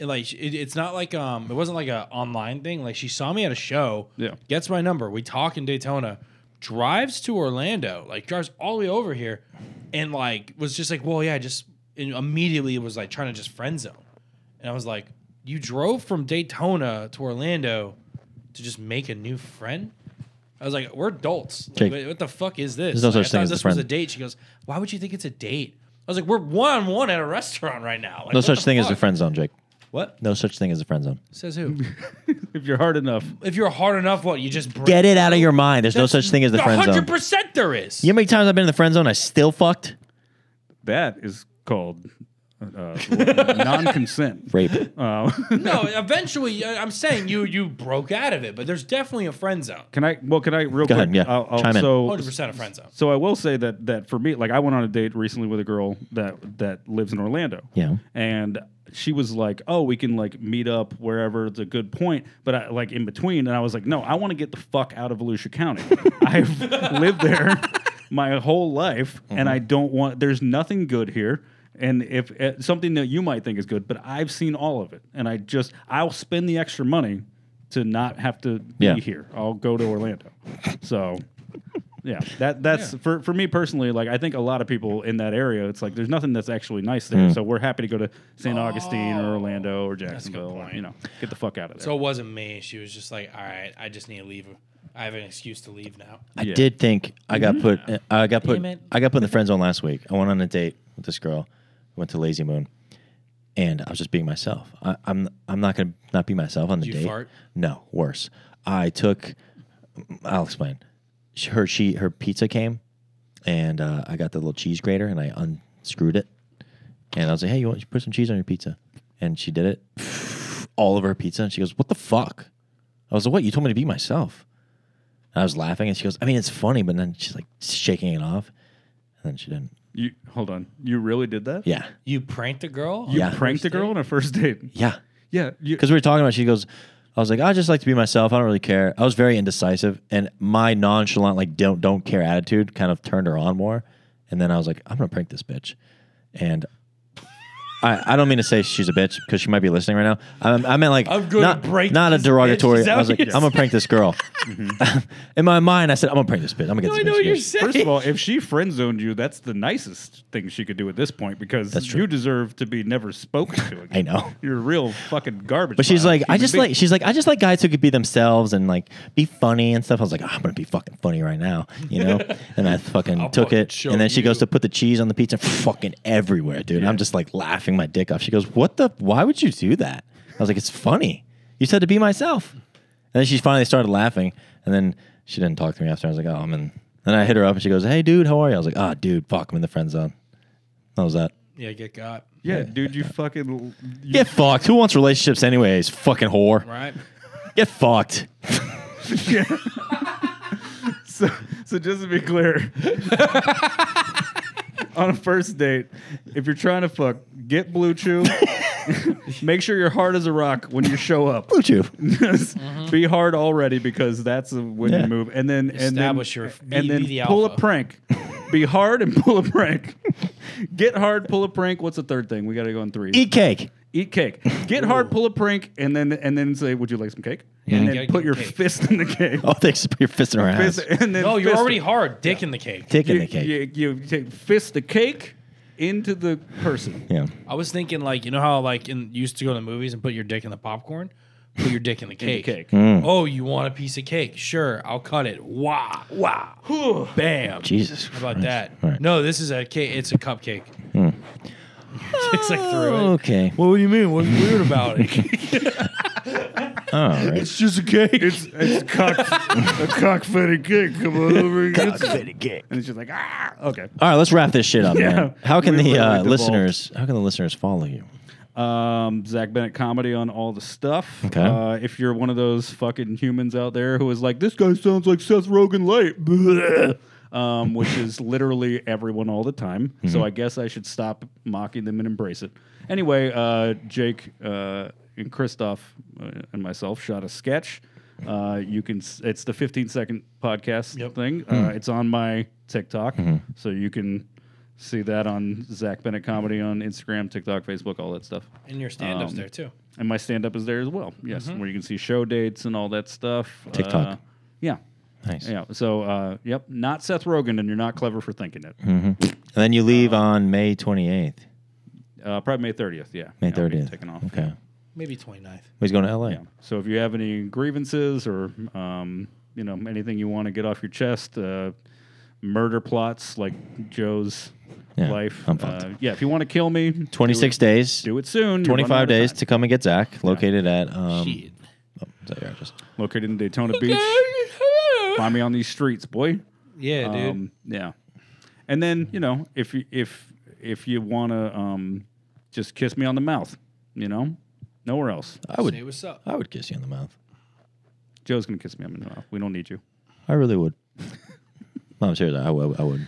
Speaker 2: And, like she- it, it's not like um it wasn't like a online thing. Like she saw me at a show.
Speaker 3: Yeah.
Speaker 2: Gets my number. We talk in Daytona. Drives to Orlando. Like drives all the way over here, and like was just like, well, yeah, just and immediately was like trying to just friend zone. And I was like, you drove from Daytona to Orlando to just make a new friend. I was like, we're adults. Like,
Speaker 1: Jake,
Speaker 2: what- what the fuck is this?
Speaker 1: no
Speaker 2: Like,
Speaker 1: such
Speaker 2: I
Speaker 1: thing
Speaker 2: thought
Speaker 1: as a
Speaker 2: this was a
Speaker 1: friend.
Speaker 2: date. She goes, why would you think it's a date? I was like, we're one on one at a restaurant right now. Like,
Speaker 1: no
Speaker 2: what
Speaker 1: such
Speaker 2: the
Speaker 1: thing as
Speaker 2: fuck?
Speaker 1: a friend zone, Jake.
Speaker 2: What
Speaker 1: No such thing as a friend zone.
Speaker 2: says who?
Speaker 3: If you're hard enough,
Speaker 2: if you're hard enough, what you just break.
Speaker 1: Get it out of your mind. There's no
Speaker 2: That's-
Speaker 1: such thing as the friend zone.
Speaker 2: 100% there is.
Speaker 1: You know how many times I've been in the friend zone? I still fucked
Speaker 3: that is called uh, non consent.
Speaker 1: rape.
Speaker 3: Uh,
Speaker 2: No, eventually, I- I'm saying you you broke out of it, but there's definitely a friend zone.
Speaker 3: can I, well, can I, real
Speaker 1: Go
Speaker 3: quick?
Speaker 1: ahead, yeah.
Speaker 3: I'll, I'll,
Speaker 1: Chime in.
Speaker 3: so,
Speaker 2: 100% a friend zone.
Speaker 3: So I will say that that for me, like I went on a date recently with a girl that that lives in Orlando.
Speaker 1: Yeah.
Speaker 3: And she was like, "Oh, we can like meet up wherever it's a good point," but I, like in between, and I was like, "No, I want to get the fuck out of Volusia County. I've lived there my whole life,
Speaker 1: Mm-hmm.
Speaker 3: and I don't want. There's nothing good here." And if uh, something that you might think is good, but I've seen all of it, and I just I'll spend the extra money to not have to be
Speaker 1: Yeah.
Speaker 3: here. I'll go to Orlando. So yeah, that that's for for me personally. Like I think a lot of people in that area, it's like there's nothing that's actually nice there.
Speaker 1: Hmm.
Speaker 3: So we're happy to go to St. Augustine or Orlando or Jacksonville. Or,
Speaker 2: point.
Speaker 3: you know, get the fuck out of there.
Speaker 2: So it wasn't me. She was just like, all right, I just need to leave. I have an excuse to leave now.
Speaker 1: I
Speaker 3: Yeah.
Speaker 1: did think I got put. I got put.
Speaker 2: Damn it.
Speaker 1: I got put in the friend zone last week. I went on a date with this girl. Went to Lazy Moon, and I was just being myself. I, I'm. I'm not gonna not be myself on the
Speaker 2: Did you
Speaker 1: date.
Speaker 2: fart?
Speaker 1: No, worse. I took. I'll explain. She- Her she her pizza came, and uh, I got the little cheese grater and I unscrewed it, and I was like, "Hey, you want you put some cheese on your pizza?" And she did it, all over her pizza, and she goes, "What the fuck?" I was like, "What? You told me to be myself." And I was laughing, and she goes, "I mean, it's funny," but then she's like shaking it off, and then she didn't.
Speaker 3: you hold on, you really did that?
Speaker 1: Yeah,
Speaker 2: You pranked a girl?
Speaker 3: you
Speaker 1: Yeah.
Speaker 3: pranked a girl on a first date.
Speaker 1: yeah.
Speaker 3: Yeah, you,
Speaker 1: Because we were talking about, she goes, "I was like, I just like to be myself. I don't really care." I was very indecisive, and my nonchalant, like don't don't care attitude kind of turned her on more. And then I was like, "I'm gonna prank this bitch," and. I, I don't mean to say she's a bitch because she might be listening right now. I, I meant like
Speaker 2: I'm gonna
Speaker 1: not,
Speaker 2: break
Speaker 1: not a
Speaker 2: this bitch.
Speaker 1: derogatory.
Speaker 2: Is that
Speaker 1: I was
Speaker 2: what
Speaker 1: like,
Speaker 2: you're
Speaker 1: I'm gonna prank this girl. In my mind, I said, I'm gonna prank this bitch. I'm gonna get
Speaker 2: No, I
Speaker 1: this
Speaker 2: know
Speaker 1: bitch.
Speaker 2: what you're
Speaker 1: bitch."
Speaker 2: saying.
Speaker 3: first of all, if she friend zoned you, that's the nicest thing she could do at this point because
Speaker 1: true.
Speaker 3: you deserve to be never spoken to again.
Speaker 1: I know.
Speaker 3: you're a real fucking garbage.
Speaker 1: But she's
Speaker 3: pile
Speaker 1: like, I
Speaker 3: human
Speaker 1: just
Speaker 3: being."
Speaker 1: like, she's like, I just like guys who could be themselves and like be funny and stuff. I was like, "Oh, I'm gonna be fucking funny right now, you know. and I fucking took
Speaker 2: fucking
Speaker 1: it,
Speaker 2: show
Speaker 1: and then she goes to
Speaker 2: you.
Speaker 1: put the cheese on the pizza, fucking everywhere, dude. I'm just like laughing my dick off. She goes, What the? Why would you do that? I was like, It's funny. You said to be myself. And then she finally started laughing, and then she didn't talk to me after. I was like, Oh, I'm in. Then I hit her up, and she goes, Hey, dude, how are you? I was like, Ah, dude, fuck, I'm in the friend zone. That was that.
Speaker 2: yeah, get got.
Speaker 3: yeah, dude, you fucking you
Speaker 1: Get fucked. Who wants relationships anyways? Fucking whore.
Speaker 2: Right?
Speaker 1: Get fucked.
Speaker 3: So, so just to be clear, on a first date, if you're trying to fuck, get blue chew, Make sure you're hard as a rock when you show up.
Speaker 1: Blue Chew.
Speaker 3: Just
Speaker 2: Mm-hmm.
Speaker 3: Be hard already because that's a when
Speaker 1: Yeah.
Speaker 3: you move. And then and then,
Speaker 2: Establish your- be-
Speaker 3: and then
Speaker 2: be the
Speaker 3: pull a
Speaker 2: alpha.
Speaker 3: prank. Be hard and pull a prank. Get hard, pull a prank. What's the third thing? We got to go in three.
Speaker 1: Eat cake.
Speaker 3: Eat cake. Get hard, pull a prank, and then and then say, "Would you like some cake?" and
Speaker 2: you
Speaker 3: then
Speaker 2: gotta
Speaker 3: put
Speaker 2: get
Speaker 3: your
Speaker 2: cake.
Speaker 3: fist in the cake.
Speaker 1: Oh, thanks for your fist in our ass.
Speaker 3: Fist- and then
Speaker 2: No, you're
Speaker 3: fist
Speaker 2: already
Speaker 3: it.
Speaker 2: hard. Dick in the cake.
Speaker 1: Dick in
Speaker 3: You,
Speaker 1: the cake.
Speaker 3: you, you take fist the cake into the person.
Speaker 1: yeah.
Speaker 2: I was thinking like you know how like in, you used to go to the movies and put your dick in the popcorn. Put your dick in the cake.
Speaker 3: cake.
Speaker 2: Oh, you want a piece of cake? Sure, I'll cut it. Wow, wow, bam.
Speaker 1: Jesus.
Speaker 2: How about
Speaker 1: Christ.
Speaker 2: that?
Speaker 1: All right.
Speaker 2: No, this is a cake. It's a cupcake. it's like through it.
Speaker 1: Okay.
Speaker 2: Well, what do you mean? What's weird about it?
Speaker 1: All right.
Speaker 3: It's just a cake. It's it's cock, a cockfighting cake. Come on over and get some. And it's just like ah. Okay.
Speaker 1: All right, let's wrap this shit up, man.
Speaker 3: Yeah.
Speaker 1: How can
Speaker 3: We
Speaker 1: the
Speaker 3: really
Speaker 1: uh,
Speaker 3: devolved.
Speaker 1: listeners? How can the listeners follow you?
Speaker 3: Um, Zach Bennett comedy on all the stuff.
Speaker 1: Okay.
Speaker 3: Uh, if you're one of those fucking humans out there who is like, this guy sounds like Seth Rogen light, Bleh." um, which is literally everyone all the time. So I guess I should stop mocking them and embrace it. Anyway, uh, Jake uh, and Christoph uh, and myself shot a sketch. Uh, you can. s- It's the 15 second podcast thing. Uh, it's on my TikTok, so you can see that on Zach Bennett comedy on Instagram, TikTok, Facebook, all that stuff.
Speaker 2: And your stand ups
Speaker 3: Um,
Speaker 2: there too.
Speaker 3: And my stand up is there as well. Yes, where you can see show dates and all that stuff.
Speaker 1: TikTok.
Speaker 3: Uh, yeah.
Speaker 1: Nice.
Speaker 3: Yeah. So, uh, yep, not Seth Rogen, and you're not clever for thinking it.
Speaker 1: Hmm. And then you leave on May twenty eighth,
Speaker 3: Uh, probably May 30th. Yeah.
Speaker 1: May
Speaker 3: Yeah, I'll be
Speaker 1: thirtieth.
Speaker 3: Taking off.
Speaker 1: Okay.
Speaker 2: Maybe 29th.
Speaker 1: He's going to L.A.
Speaker 3: Yeah. So, if you have any grievances or, um, you know, anything you want to get off your chest, uh, murder plots like Joe's
Speaker 1: Yeah,
Speaker 3: life.
Speaker 1: I'm fucked.
Speaker 3: uh, yeah. If you want to kill me, do it-
Speaker 1: Twenty six days.
Speaker 3: Do it soon. You're running
Speaker 1: Twenty five
Speaker 3: out of
Speaker 1: days
Speaker 3: time.
Speaker 1: to come and get Zach, located at um.
Speaker 2: Shit.
Speaker 1: oh, is that your address?
Speaker 3: Located in Daytona Beach. Find me on these streets, boy.
Speaker 2: Yeah, dude.
Speaker 3: Um, yeah. And then you know if you if if you want to um, just kiss me on the mouth, you know, nowhere else.
Speaker 1: I
Speaker 2: Say
Speaker 1: would.
Speaker 2: what's up.
Speaker 1: I would kiss you in the mouth.
Speaker 3: Joe's gonna kiss me on the mouth. We don't need you.
Speaker 1: I really would. no, I'm serious. I would. I would.